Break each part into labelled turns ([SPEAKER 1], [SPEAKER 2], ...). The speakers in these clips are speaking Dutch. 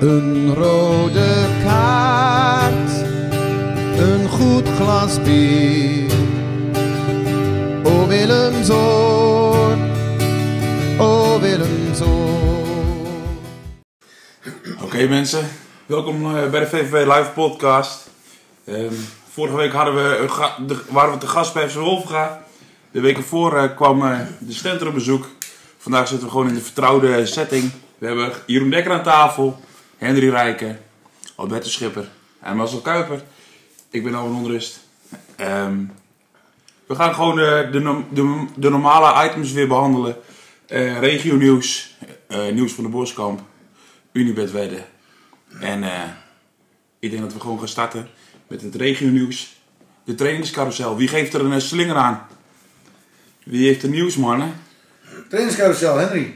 [SPEAKER 1] Een rode kaart, een goed glas bier. O Willem Zoon, o Willem Zoon.
[SPEAKER 2] Oké mensen, welkom eh, bij de VVV Live Podcast. Ehm, vorige week hadden we een ga- de- waren we te gast bij FC Wolfga. De week ervoor eh, kwam eh, de Stenter op bezoek. Vandaag zitten we gewoon in de vertrouwde setting. We hebben Jeroen Dekker aan tafel, Henry Rijken, Alberto Schipper en Marcel Kuiper. Ik ben Alvin Onrust. Ehm, we gaan gewoon eh, de, no- de, de normale items weer behandelen. Eh regio nieuws, eh, nieuws van de Boskamp, Unibed wedden. En eh, ik denk dat we gewoon gaan starten met het regionieuws. De trainingscarousel. Wie geeft er een eh, slinger aan? Wie heeft er nieuws, mannen?
[SPEAKER 3] Trainingscarousel, Henry.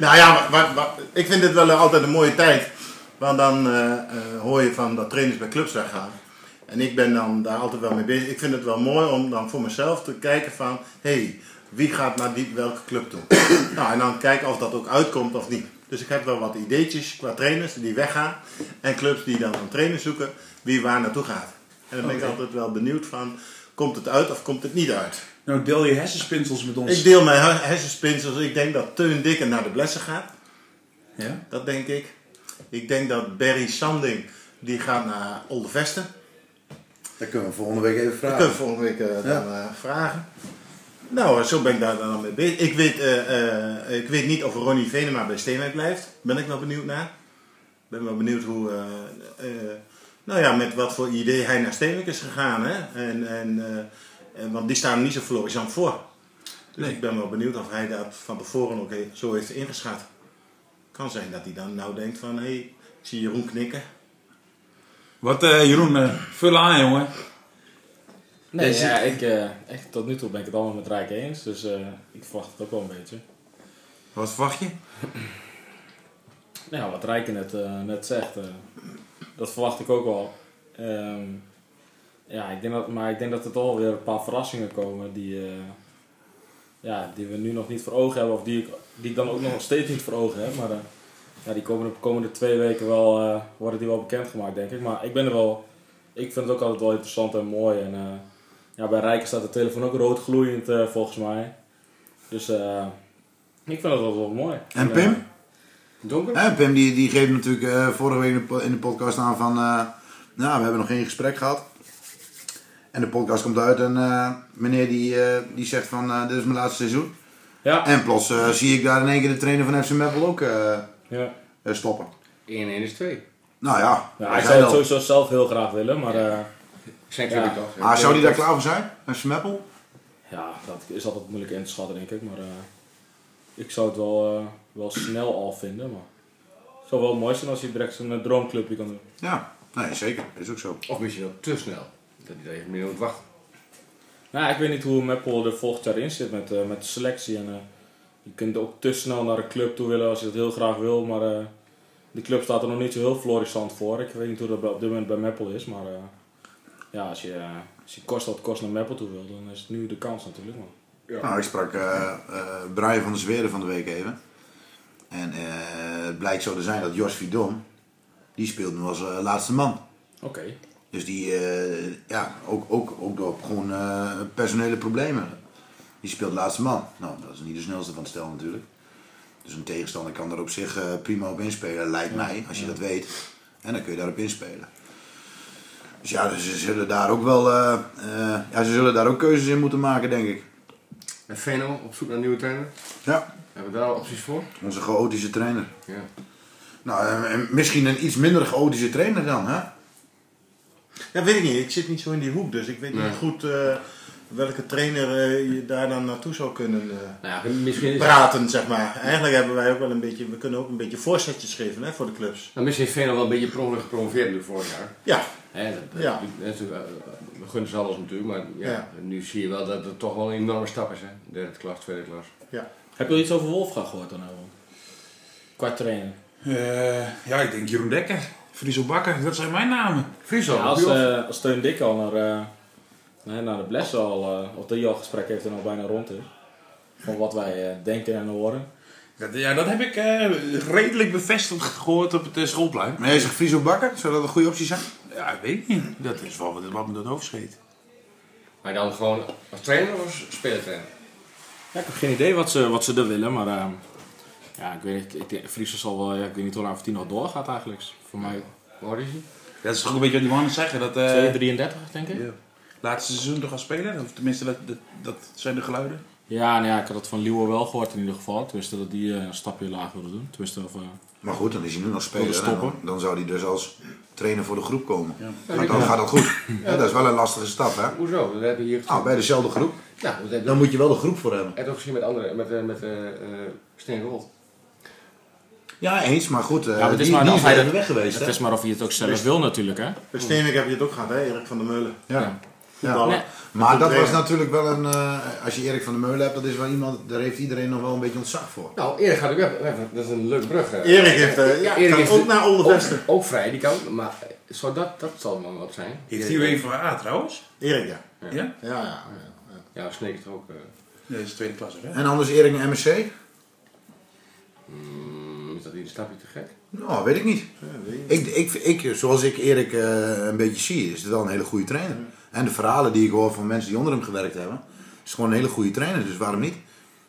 [SPEAKER 4] Nou ja, maar, maar- maar ik vind dit wel altijd een mooie tijd. Want dan eh, eh, hoor je van dat trainers bij clubs weggaan. En ik ben dan daar altijd wel mee bezig. Ik vind het wel mooi om dan voor mezelf te kijken van... Hé, hey, wie gaat naar die, welke club toe? nou, en dan kijken of dat ook uitkomt of niet. Dus ik heb wel wat ideetjes qua trainers die weggaan. En clubs die dan een trainer zoeken, wie waar naartoe gaat. En dan ben ik altijd wel benieuwd van... Komt het uit of komt het niet uit?
[SPEAKER 2] Nou, deel je hersenspinsels met ons.
[SPEAKER 4] Ik deel mijn her- hersenspinsels. Ik denk dat Teun Dikker naar de blessen gaat.
[SPEAKER 2] Ja?
[SPEAKER 4] Dat denk ik. Ik denk dat Barry Sanding, die gaat naar Oldevesten.
[SPEAKER 3] Dat kunnen we volgende week even
[SPEAKER 4] Dat
[SPEAKER 3] vragen.
[SPEAKER 4] kunnen we volgende week eh, dan eh, vragen. Nou, eh, zo ben ik daar dan mee bezig. Ik weet, eh, eh, ik weet niet of Ronnie Venema bij Steenwijk blijft. Ben ik wel benieuwd naar. ben wel benieuwd hoe... eh, eh, nou ja, met wat voor idee hij naar Steenwijk is gegaan. Hè? En, en, eh, en- want die staan er niet zo florissant voor. Dus
[SPEAKER 2] Nee.
[SPEAKER 4] ik ben wel benieuwd of hij dat van tevoren ook he- zo heeft ingeschat. Kan zijn dat hij dan nou denkt van... Hé, hey, ik zie Jeroen knikken.
[SPEAKER 2] Wat, eh, Jeroen, eh, vul aan, jongen.
[SPEAKER 5] Nee,
[SPEAKER 2] Jij
[SPEAKER 5] ja, ik, eh, echt, tot nu toe ben ik het allemaal met Rijk eens, dus eh, ik verwacht het ook wel een beetje.
[SPEAKER 2] Wat verwacht je?
[SPEAKER 5] Nou, ja, wat Rijken net, eh, net zegt, eh, dat verwacht ik ook wel. Ehm, ja, ik denk dat, maar ik denk dat er toch wel weer een paar verrassingen komen die, eh, ja, die we nu nog niet voor ogen hebben, of die ik, die ik dan ook nog steeds niet voor ogen heb. Maar eh, ja, die komen de komende twee weken wel, eh, worden die wel bekendgemaakt, denk ik. Maar ik ben er wel, ik vind het ook altijd wel interessant en mooi. En, eh, ja, bij Rijken staat de telefoon ook rood gloeiend, eh, volgens mij. Dus eh, ik vind het wel, wel mooi.
[SPEAKER 3] En
[SPEAKER 5] eh,
[SPEAKER 3] Pim?
[SPEAKER 5] Donker?
[SPEAKER 3] Hè, Pim die, die geeft natuurlijk eh, vorige week in de po- in de podcast aan van... eh, nou, we hebben nog geen gesprek gehad. En de podcast komt uit en eh, meneer die, eh, die zegt van eh, dit is mijn laatste seizoen.
[SPEAKER 5] Ja.
[SPEAKER 3] En plots eh, zie ik daar in één keer de trainer van FC Meppel ook eh, eh,
[SPEAKER 5] ja.
[SPEAKER 3] stoppen.
[SPEAKER 6] 1 1 is 2.
[SPEAKER 3] Nou ja,
[SPEAKER 5] Ja,
[SPEAKER 3] hij
[SPEAKER 5] hij
[SPEAKER 3] zei
[SPEAKER 5] zou het
[SPEAKER 3] al.
[SPEAKER 5] sowieso zelf heel graag willen, maar eh,
[SPEAKER 6] Snap je
[SPEAKER 5] Ja.
[SPEAKER 6] wat ik al zeg?
[SPEAKER 3] Ah, zou die daar klaar voor zijn? FC Meppel?
[SPEAKER 5] ja, dat is altijd moeilijk in te schatten, denk ik. Maar eh, ik zou het wel, eh, wel snel al vinden. Maar het zou wel mooi zijn als hij direct zijn eh, droomclubje kan doen.
[SPEAKER 3] Ja, nee zeker. Is ook zo.
[SPEAKER 6] Of misschien wel te snel. Dat hij daar even meer aan het wachten.
[SPEAKER 5] Nou, ja, ik weet niet hoe Meppel er volgend jaar in zit met, eh, met de selectie. En, eh, je kunt ook te snel naar een club toe willen als je dat heel graag wil, maar eh, de club staat er nog niet zo heel florissant voor. Ik weet niet hoe dat op dit moment bij Meppel is, maar eh, ja, als je, eh, als je kost wat kost naar Meppel toe wil, dan is het nu de kans natuurlijk. Maar.
[SPEAKER 3] Nou, ik sprak eh, eh, Brian van der Zweren van de week even. En eh, het blijkt zo te zijn dat Jos Vidom, die speelt nu als eh, laatste man.
[SPEAKER 5] Oké.
[SPEAKER 3] Dus die, eh, ja, ook, ook, ook door gewoon eh, personele problemen. Die speelt laatste man. Nou, dat is niet de snelste van het stel natuurlijk. Dus een tegenstander kan daar op zich eh, prima op inspelen, lijkt mij, als je dat weet. En dan kun je daarop inspelen. Dus ja, ze zullen daar ook wel, eh, eh, ja, ze zullen daar ook keuzes in moeten maken, denk ik.
[SPEAKER 6] En Veno op zoek naar nieuwe trainer.
[SPEAKER 3] Ja,
[SPEAKER 6] Hebben we daar al opties voor?
[SPEAKER 3] onze chaotische trainer.
[SPEAKER 6] Ja.
[SPEAKER 3] Nou, eh, en misschien een iets minder chaotische trainer dan, hè?
[SPEAKER 4] Ja, weet ik niet. Ik zit niet zo in die hoek, dus ik weet niet goed eh, welke trainer eh, je daar dan naartoe zou kunnen eh,
[SPEAKER 6] Nou ja, misschien is,
[SPEAKER 4] praten, zeg maar. Eigenlijk hebben wij ook wel een beetje, we kunnen ook een beetje voorzetjes geven hè, voor de clubs.
[SPEAKER 6] nou, misschien is Veno wel een beetje per ongeluk gepromoveerd nu vorig jaar.
[SPEAKER 4] Ja,
[SPEAKER 6] Hè, dat, dat-
[SPEAKER 4] Ja.
[SPEAKER 6] dat is natuurlijk, eh, we gunnen ze alles natuurlijk, maar ja,
[SPEAKER 4] Ja.
[SPEAKER 6] nu zie je wel dat het toch wel een enorme stap is. Hè? Derde klas, tweede klas.
[SPEAKER 4] ja.
[SPEAKER 5] Heb je al iets over Wolfgang gehoord dan Elwin? Qua trainen.
[SPEAKER 2] Eh, ja, ik denk Jeroen Dekker. Friso Bakker, dat zijn mijn namen.
[SPEAKER 6] Friso,
[SPEAKER 5] Ja, als,
[SPEAKER 6] Bioff.
[SPEAKER 5] eh als Teun Dik al naar, eh, nee, naar de Blesse al, eh, of die al gesprek heeft en al bijna rond is. Van wat wij eh, denken en horen.
[SPEAKER 2] Dat, ja, dat heb ik eh, redelijk bevestigd gehoord op het eh, schoolplein.
[SPEAKER 3] Meneer zegt Friso Bakker, zou dat een goede optie zijn?
[SPEAKER 2] Ja, ik weet niet. Dat is wel wat, wat me door het hoofd scheet.
[SPEAKER 6] Maar dan gewoon als trainer of als spelertrainer?
[SPEAKER 5] Ja, ik heb geen idee wat ze, wat ze er willen, maar ehm, ja, ik weet niet, ik denk, Friese zal wel, ja, ik weet niet hoe lang of die nog doorgaat eigenlijk. Voor mij,
[SPEAKER 6] Hoe oud is hij?
[SPEAKER 2] Dat is toch een beetje wat die mannen zeggen. Dat, eh,
[SPEAKER 5] 33 denk ik. Ja,
[SPEAKER 2] laatste seizoen toch gaan spelen? Of tenminste, dat, dat, dat zijn de geluiden.
[SPEAKER 5] nou ja, ik had dat van Liewe wel gehoord in ieder geval. Tenminste dat die eh, een stapje lager wilde doen. Tenminste, of, eh,
[SPEAKER 3] Maar goed, dan is hij nu nog speler.
[SPEAKER 5] Wilde
[SPEAKER 3] hè? Dan,
[SPEAKER 5] stoppen.
[SPEAKER 3] dan zou hij dus als trainer voor de groep komen. Maar dan gaat dat goed. Ja, dat is wel een lastige stap, hè?
[SPEAKER 6] Hoezo? Dat hebben we
[SPEAKER 4] Ah,
[SPEAKER 6] hier
[SPEAKER 3] Nou, bij dezelfde groep.
[SPEAKER 6] Nou, dat hebben
[SPEAKER 3] Dan
[SPEAKER 6] we
[SPEAKER 3] moet je wel de groep voor hebben.
[SPEAKER 6] het ook gezien met anderen, met, eh, met eh, eh, Steen Rold.
[SPEAKER 3] Ja, eens, maar goed. eh
[SPEAKER 5] ja, maar het
[SPEAKER 3] die,
[SPEAKER 5] is maar
[SPEAKER 3] die
[SPEAKER 5] of
[SPEAKER 3] is
[SPEAKER 5] hij
[SPEAKER 3] even
[SPEAKER 5] dat-
[SPEAKER 3] weg geweest, hè?
[SPEAKER 5] Het is maar of je het ook zelf wil natuurlijk, hè.
[SPEAKER 4] Bij Steenwijk heb je het ook gehad, hè? Erik van der Meulen.
[SPEAKER 3] Ja. Ja.
[SPEAKER 4] Voetballer.
[SPEAKER 5] Nee.
[SPEAKER 3] Maar dat was
[SPEAKER 4] trainer.
[SPEAKER 3] natuurlijk wel een... eh, als je Erik van der Meulen hebt, dat is wel iemand... Daar heeft iedereen nog wel een beetje ontzag voor.
[SPEAKER 6] Nou, Erik gaat ook weg. Even, Dat is een leuk brug. eh.
[SPEAKER 4] Erik heeft, eh, ja, kan ook naar Olde Vesten.
[SPEAKER 6] Ook, ook vrij, die kan. Maar eh, zou dat, dat zal dan wat zijn.
[SPEAKER 2] Heeft hij UEFA Ah, trouwens?
[SPEAKER 4] Erik, ja.
[SPEAKER 2] Ja?
[SPEAKER 4] Ja, ja.
[SPEAKER 6] Ja, Sneek is ook. eh,
[SPEAKER 2] Nee, dat is tweede klasse, hè?
[SPEAKER 3] En anders Erik naar MSC?
[SPEAKER 6] mm, is dat hier een stapje te gek?
[SPEAKER 3] Nou, weet ik niet. Ik, ik, ik, zoals ik Erik eh, een beetje zie, is het wel een hele goede trainer. En de verhalen die ik hoor van mensen die onder hem gewerkt hebben, is gewoon een hele goede trainer. Dus waarom niet?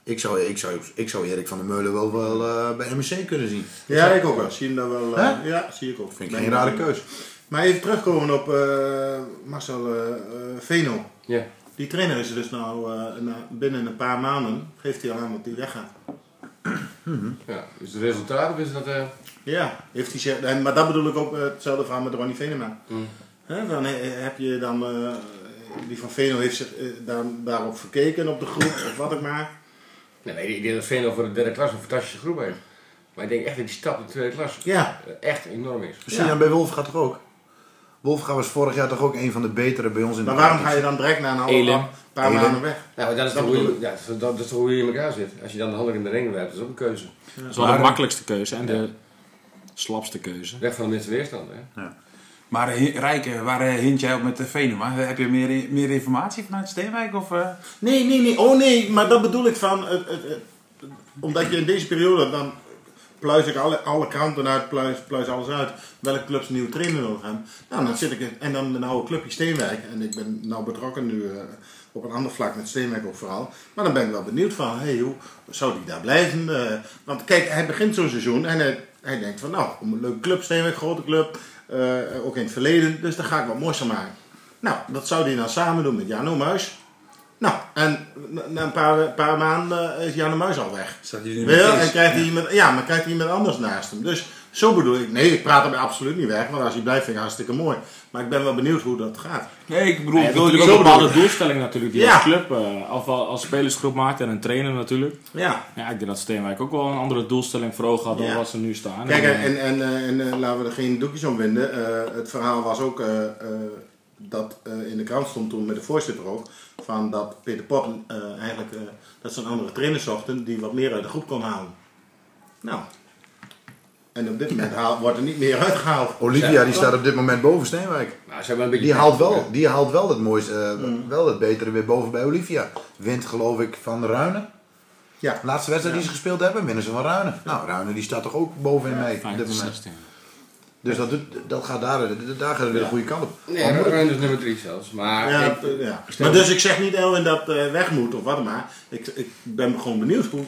[SPEAKER 3] Ik zou, ik zou, ik zou Erik van der Meulen wel, wel eh, bij MSC kunnen zien.
[SPEAKER 4] Ja, ik ook wel. Zie hem daar wel. eh,
[SPEAKER 3] Hè?
[SPEAKER 4] ja, zie ik ook.
[SPEAKER 3] Vind ik geen rare keus.
[SPEAKER 4] Maar even terugkomen op eh, Marcel eh, eh, Veno.
[SPEAKER 6] Ja.
[SPEAKER 4] Die trainer is er dus nou eh, na- binnen een paar maanden. Geeft hij al aan dat hij weggaat.
[SPEAKER 6] ja. Is het resultaat of is dat. eh,
[SPEAKER 4] Ja, heeft hij zich, en- maar dat bedoel ik ook eh, hetzelfde verhaal met Ronnie Venema. Hè, dan he- heb je dan, eh, die van Veno heeft zich eh, daar, daarop verkeken op de groep of wat ook maar.
[SPEAKER 6] Nee, ik denk dat Veen voor de derde klas een fantastische groep heeft. Maar ik denk echt dat die stap in de tweede klas
[SPEAKER 4] Ja,
[SPEAKER 6] eh, echt enorm is.
[SPEAKER 3] Misschien
[SPEAKER 4] Ja.
[SPEAKER 3] dan bij Wolf gaat toch ook? Wolfga was vorig jaar toch ook een van de betere bij ons in de
[SPEAKER 4] maar waarom ga
[SPEAKER 3] competitie?
[SPEAKER 4] je dan direct na een half
[SPEAKER 5] Elim.
[SPEAKER 4] een paar
[SPEAKER 3] Elim.
[SPEAKER 4] maanden weg?
[SPEAKER 6] Nou, maar dat
[SPEAKER 4] Dat
[SPEAKER 6] is, toch hoe
[SPEAKER 4] bedoel
[SPEAKER 6] je, ja, dat, is- dat- dat is toch hoe je in elkaar zit. Als je dan de handen in de ring werpt, dat is ook een keuze.
[SPEAKER 5] Dat is wel de makkelijkste keuze en de slapste keuze.
[SPEAKER 6] Weg van de minste weerstand, hè?
[SPEAKER 2] Maar eh, Rijken, waar eh, hint jij op met de Venema? Heb je meer, meer informatie vanuit Steenwijk? Of, eh?
[SPEAKER 4] Nee, nee, nee. Oh nee, maar dat bedoel ik van. Het, het, het- omdat je in deze periode. dan pluis ik alle, alle kranten uit, pluis, pluis alles uit. welke clubs een nieuwe trainer wil gaan. Nou, dan zit ik. in- En dan een oude clubje Steenwijk. En ik ben nou betrokken nu. eh, op een ander vlak met Steenwijk ook vooral. Maar dan ben ik wel benieuwd van. hé, hey, hoe zou die daar blijven? Eh, want kijk, hij begint zo'n seizoen. en hij, hij denkt van. nou, een leuke club, Steenwijk, grote club. eh, ook in het verleden. Dus daar ga ik wat moois van maken. Nou, dat zou hij dan samen doen met Jano Muis. Nou, en na- na een paar, paar maanden eh, is Jan de Muis al weg.
[SPEAKER 2] Staat hij er niet
[SPEAKER 4] Wel,
[SPEAKER 2] meer tussen?
[SPEAKER 4] en krijgt hij iemand, ja, maar krijgt hij iemand anders naast hem. Dus zo bedoel ik, nee, ik praat hem absoluut niet weg, want als hij blijft vind ik het hartstikke mooi. Maar ik ben wel benieuwd hoe dat gaat.
[SPEAKER 2] Nee, ik bedoel,
[SPEAKER 5] Ja,
[SPEAKER 2] ik wil
[SPEAKER 5] je hebt
[SPEAKER 2] het
[SPEAKER 5] natuurlijk ook
[SPEAKER 2] zo
[SPEAKER 5] een
[SPEAKER 2] bedoelen.
[SPEAKER 5] bepaalde doelstelling natuurlijk die
[SPEAKER 4] Ja.
[SPEAKER 5] als club, eh, of al- als spelersgroep maakt en een trainer natuurlijk.
[SPEAKER 4] Ja.
[SPEAKER 5] Ja, ik denk dat Steenwijk ook wel een andere doelstelling voor ogen had dan
[SPEAKER 4] Ja.
[SPEAKER 5] wat ze nu staan.
[SPEAKER 4] Kijk,
[SPEAKER 5] En,
[SPEAKER 4] en,
[SPEAKER 5] eh,
[SPEAKER 4] en, en, eh, en, eh, laten we er geen doekjes om winden. Eh, het verhaal was ook eh, eh, dat eh, in de krant stond toen met de voorzitter ook. Van dat Peter Pot eh, eigenlijk eh, dat ze een andere trainer zochten die wat meer uit de groep kon halen. Nou. En op dit moment haal- wordt er niet meer uitgehaald.
[SPEAKER 3] Olivia die staat op dit moment boven Steenwijk.
[SPEAKER 6] Maar ze hebben een beetje.
[SPEAKER 3] Die haalt wel, die haalt wel het mooiste, eh, wel het betere weer boven bij Olivia. Wint geloof ik van Ruinen.
[SPEAKER 4] Ja.
[SPEAKER 3] De laatste wedstrijd die ze gespeeld hebben, winnen ze van Ruinen. Nou, Ruinen die staat toch ook bovenin mee op dit
[SPEAKER 5] 15,
[SPEAKER 3] moment.
[SPEAKER 5] 16.
[SPEAKER 3] Dus dat, doet- dat gaat daar, daar gaat het weer de goede kant op.
[SPEAKER 6] Nee, Rijn is nummer drie zelfs. Maar
[SPEAKER 4] Ja,
[SPEAKER 6] ik-
[SPEAKER 4] eh, ja. Maar dus ik zeg niet Elwin dat eh, weg moet of wat dan maar. Ik, ik ben gewoon benieuwd hoe,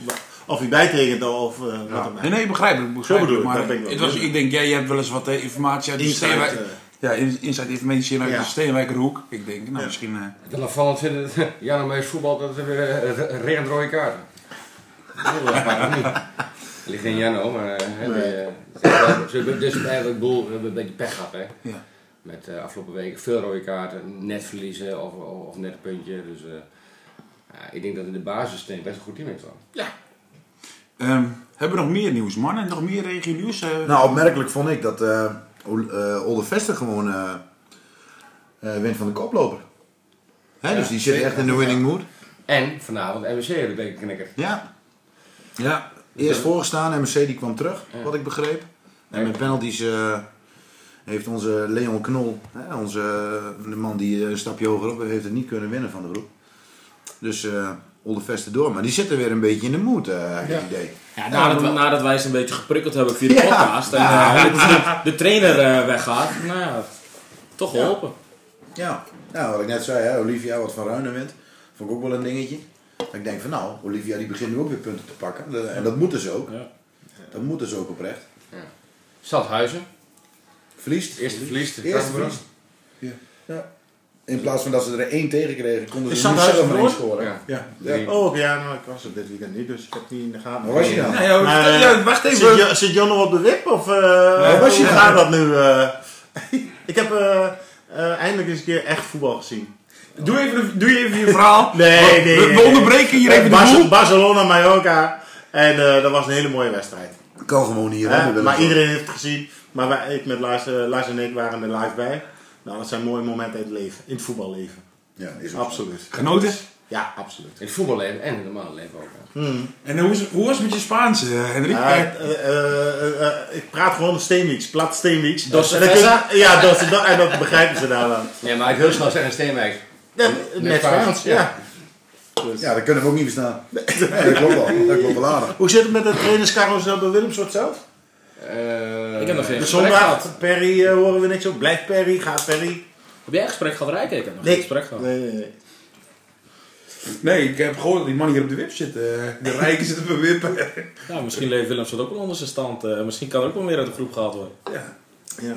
[SPEAKER 4] of hij bijtekent of eh, wat dan maar.
[SPEAKER 2] Nee, nee, begrijp ik. Begrijp
[SPEAKER 4] bedoel
[SPEAKER 2] ik,
[SPEAKER 4] ik,
[SPEAKER 2] maar
[SPEAKER 4] dat ben ik wel
[SPEAKER 2] het was,
[SPEAKER 4] benieuwd.
[SPEAKER 2] ik denk, jij je hebt wel eens wat eh, informatie uit de
[SPEAKER 4] Inside,
[SPEAKER 2] Steenwijk.
[SPEAKER 4] eh.
[SPEAKER 2] ja, in- inside informatie uit
[SPEAKER 4] Ja.
[SPEAKER 2] de Steenwijkerhoek. Ik denk, nou misschien... eh,
[SPEAKER 6] het is opvallend vind ik dat Jan Mees voetbal dat er weer eh, re- regent rode kaarten. Heel erg maar of niet. Er ligt geen Janno, maar. eh, hè, die, eh, Ze hebben dus eigenlijk ik bedoel, we hebben een beetje pech gehad, hè?
[SPEAKER 2] Ja.
[SPEAKER 6] Met de afgelopen weken veel rode kaarten, net verliezen of, of, of net een puntje. Dus eh, ja, ik denk dat in de basis Steen best een goed team heeft dan.
[SPEAKER 2] Ehm, hebben we nog meer nieuws, man? En nog meer regio nieuws? eh?
[SPEAKER 3] Nou, opmerkelijk vond ik dat eh Ol- eh, Olde Vester gewoon eh, eh, wint van de koploper. Hè, dus die zit echt in de winning mood.
[SPEAKER 6] En vanavond MBC hebben de bekerknikker.
[SPEAKER 3] Ja. ja. Eerst voorgestaan, MC die kwam terug, wat ik begreep. En met penalties eh, heeft onze Leon Knol, hè, onze, de man die eh, een stapje hogerop heeft, heeft het niet kunnen winnen van de groep. Dus eh, Olde Vesten door. Maar die zitten weer een beetje in de moed, eh heb ik het idee.
[SPEAKER 5] Ja, nadat, nadat wij ze een beetje geprikkeld hebben via de podcast en eh, de, de trainer eh, weggaat, nou ja, toch geholpen.
[SPEAKER 3] Ja. Nou, wat ik net zei, hè, Olivia wat van Ruinen wint. Vond ik ook wel een dingetje. Dat ik denk van nou, Olivia die begint nu ook weer punten te pakken. Dat- En dat moeten ze ook.
[SPEAKER 5] Ja.
[SPEAKER 3] Dat moeten ze ook oprecht.
[SPEAKER 6] Stadhuizen.
[SPEAKER 3] Verliest.
[SPEAKER 6] Eerste verlies. de
[SPEAKER 3] Eerste
[SPEAKER 6] Krassenburg.
[SPEAKER 3] verlies. Ja. In plaats van dat ze er één tegen kregen, konden
[SPEAKER 4] Is
[SPEAKER 3] ze er nu
[SPEAKER 4] Sandhuis
[SPEAKER 3] zelf
[SPEAKER 4] verloren?
[SPEAKER 3] een scoren.
[SPEAKER 6] Ja.
[SPEAKER 4] Ja.
[SPEAKER 6] Drie.
[SPEAKER 4] Oh, oké, ja, nou, ik was er dit weekend niet, dus ik heb niet in de gaten.
[SPEAKER 3] Waar was je nou? dan?
[SPEAKER 2] Ja, ja,
[SPEAKER 4] Maar, eh,
[SPEAKER 2] ja, wacht
[SPEAKER 4] Zit,
[SPEAKER 2] even.
[SPEAKER 4] Jo- zit John nog op de wip? Of eh
[SPEAKER 3] was je
[SPEAKER 4] hoe
[SPEAKER 3] dan?
[SPEAKER 4] gaat dat nu? eh? ik heb eh, eh, eindelijk eens een keer echt voetbal gezien.
[SPEAKER 2] Doe even, de- doe even je verhaal.
[SPEAKER 4] Nee,
[SPEAKER 2] Want
[SPEAKER 4] nee,
[SPEAKER 2] we-
[SPEAKER 4] nee,
[SPEAKER 2] We
[SPEAKER 4] nee.
[SPEAKER 2] onderbreken hier even de
[SPEAKER 4] Barce-
[SPEAKER 2] boel.
[SPEAKER 4] Barcelona, Mallorca. En eh, dat was een hele mooie wedstrijd.
[SPEAKER 3] Kan gewoon hier.
[SPEAKER 4] Hè?
[SPEAKER 3] hè, we
[SPEAKER 4] maar
[SPEAKER 3] willen-
[SPEAKER 4] iedereen heeft het gezien. Maar wij, ik met Lars, eh, Lars en ik waren er live bij. Nou, dat zijn mooie momenten in het leven. In het voetballeven.
[SPEAKER 3] Ja, is ook zo.
[SPEAKER 4] Absoluut.
[SPEAKER 2] Genoten?
[SPEAKER 4] Ja, absoluut.
[SPEAKER 6] In het voetballeven en in het normale leven ook. hè.
[SPEAKER 2] En hoe is, hoe is het met je Spaans, eh, Hendrik?
[SPEAKER 4] Ja,
[SPEAKER 2] Eh,
[SPEAKER 4] eh, eh, eh, eh, ik praat gewoon Steenwieks, plat Steenwieks.
[SPEAKER 6] Dos
[SPEAKER 4] En dat
[SPEAKER 6] Cerveza?
[SPEAKER 4] kunnen- Ja, dos, do- en dat begrijpen ze daar wel.
[SPEAKER 6] Nee, maar ik wil snel zeggen Steenwijk.
[SPEAKER 4] Ja,
[SPEAKER 6] Met
[SPEAKER 4] Met
[SPEAKER 6] Frans,
[SPEAKER 4] Frans,
[SPEAKER 6] ja.
[SPEAKER 4] ja.
[SPEAKER 3] Ja, dat kunnen we ook niet verstaan. Nee, dat klopt wel. Dat klopt wel aardig.
[SPEAKER 4] Hoe zit het met de trainerscarousel bij Willemsoort zelf?
[SPEAKER 6] Eh,
[SPEAKER 5] Ik heb nog geen
[SPEAKER 4] De
[SPEAKER 5] gesprek gehad.
[SPEAKER 4] zondag, Perry eh, horen we niks op. Blijft Perry, gaat Perry.
[SPEAKER 5] Heb jij een gesprek gehad, Rijken? Ik heb nog
[SPEAKER 4] Nee.
[SPEAKER 5] geen gesprek gehad.
[SPEAKER 4] Nee, nee, nee.
[SPEAKER 2] Nee, ik heb gehoord dat die man hier op de wip zit. eh. De rijken zitten op de wip.
[SPEAKER 5] Ja, Nou, misschien leeft Willems dat ook wel onder zijn stand. eh, misschien kan er ook wel meer uit de groep gehaald worden.
[SPEAKER 2] Ja.
[SPEAKER 4] Ja.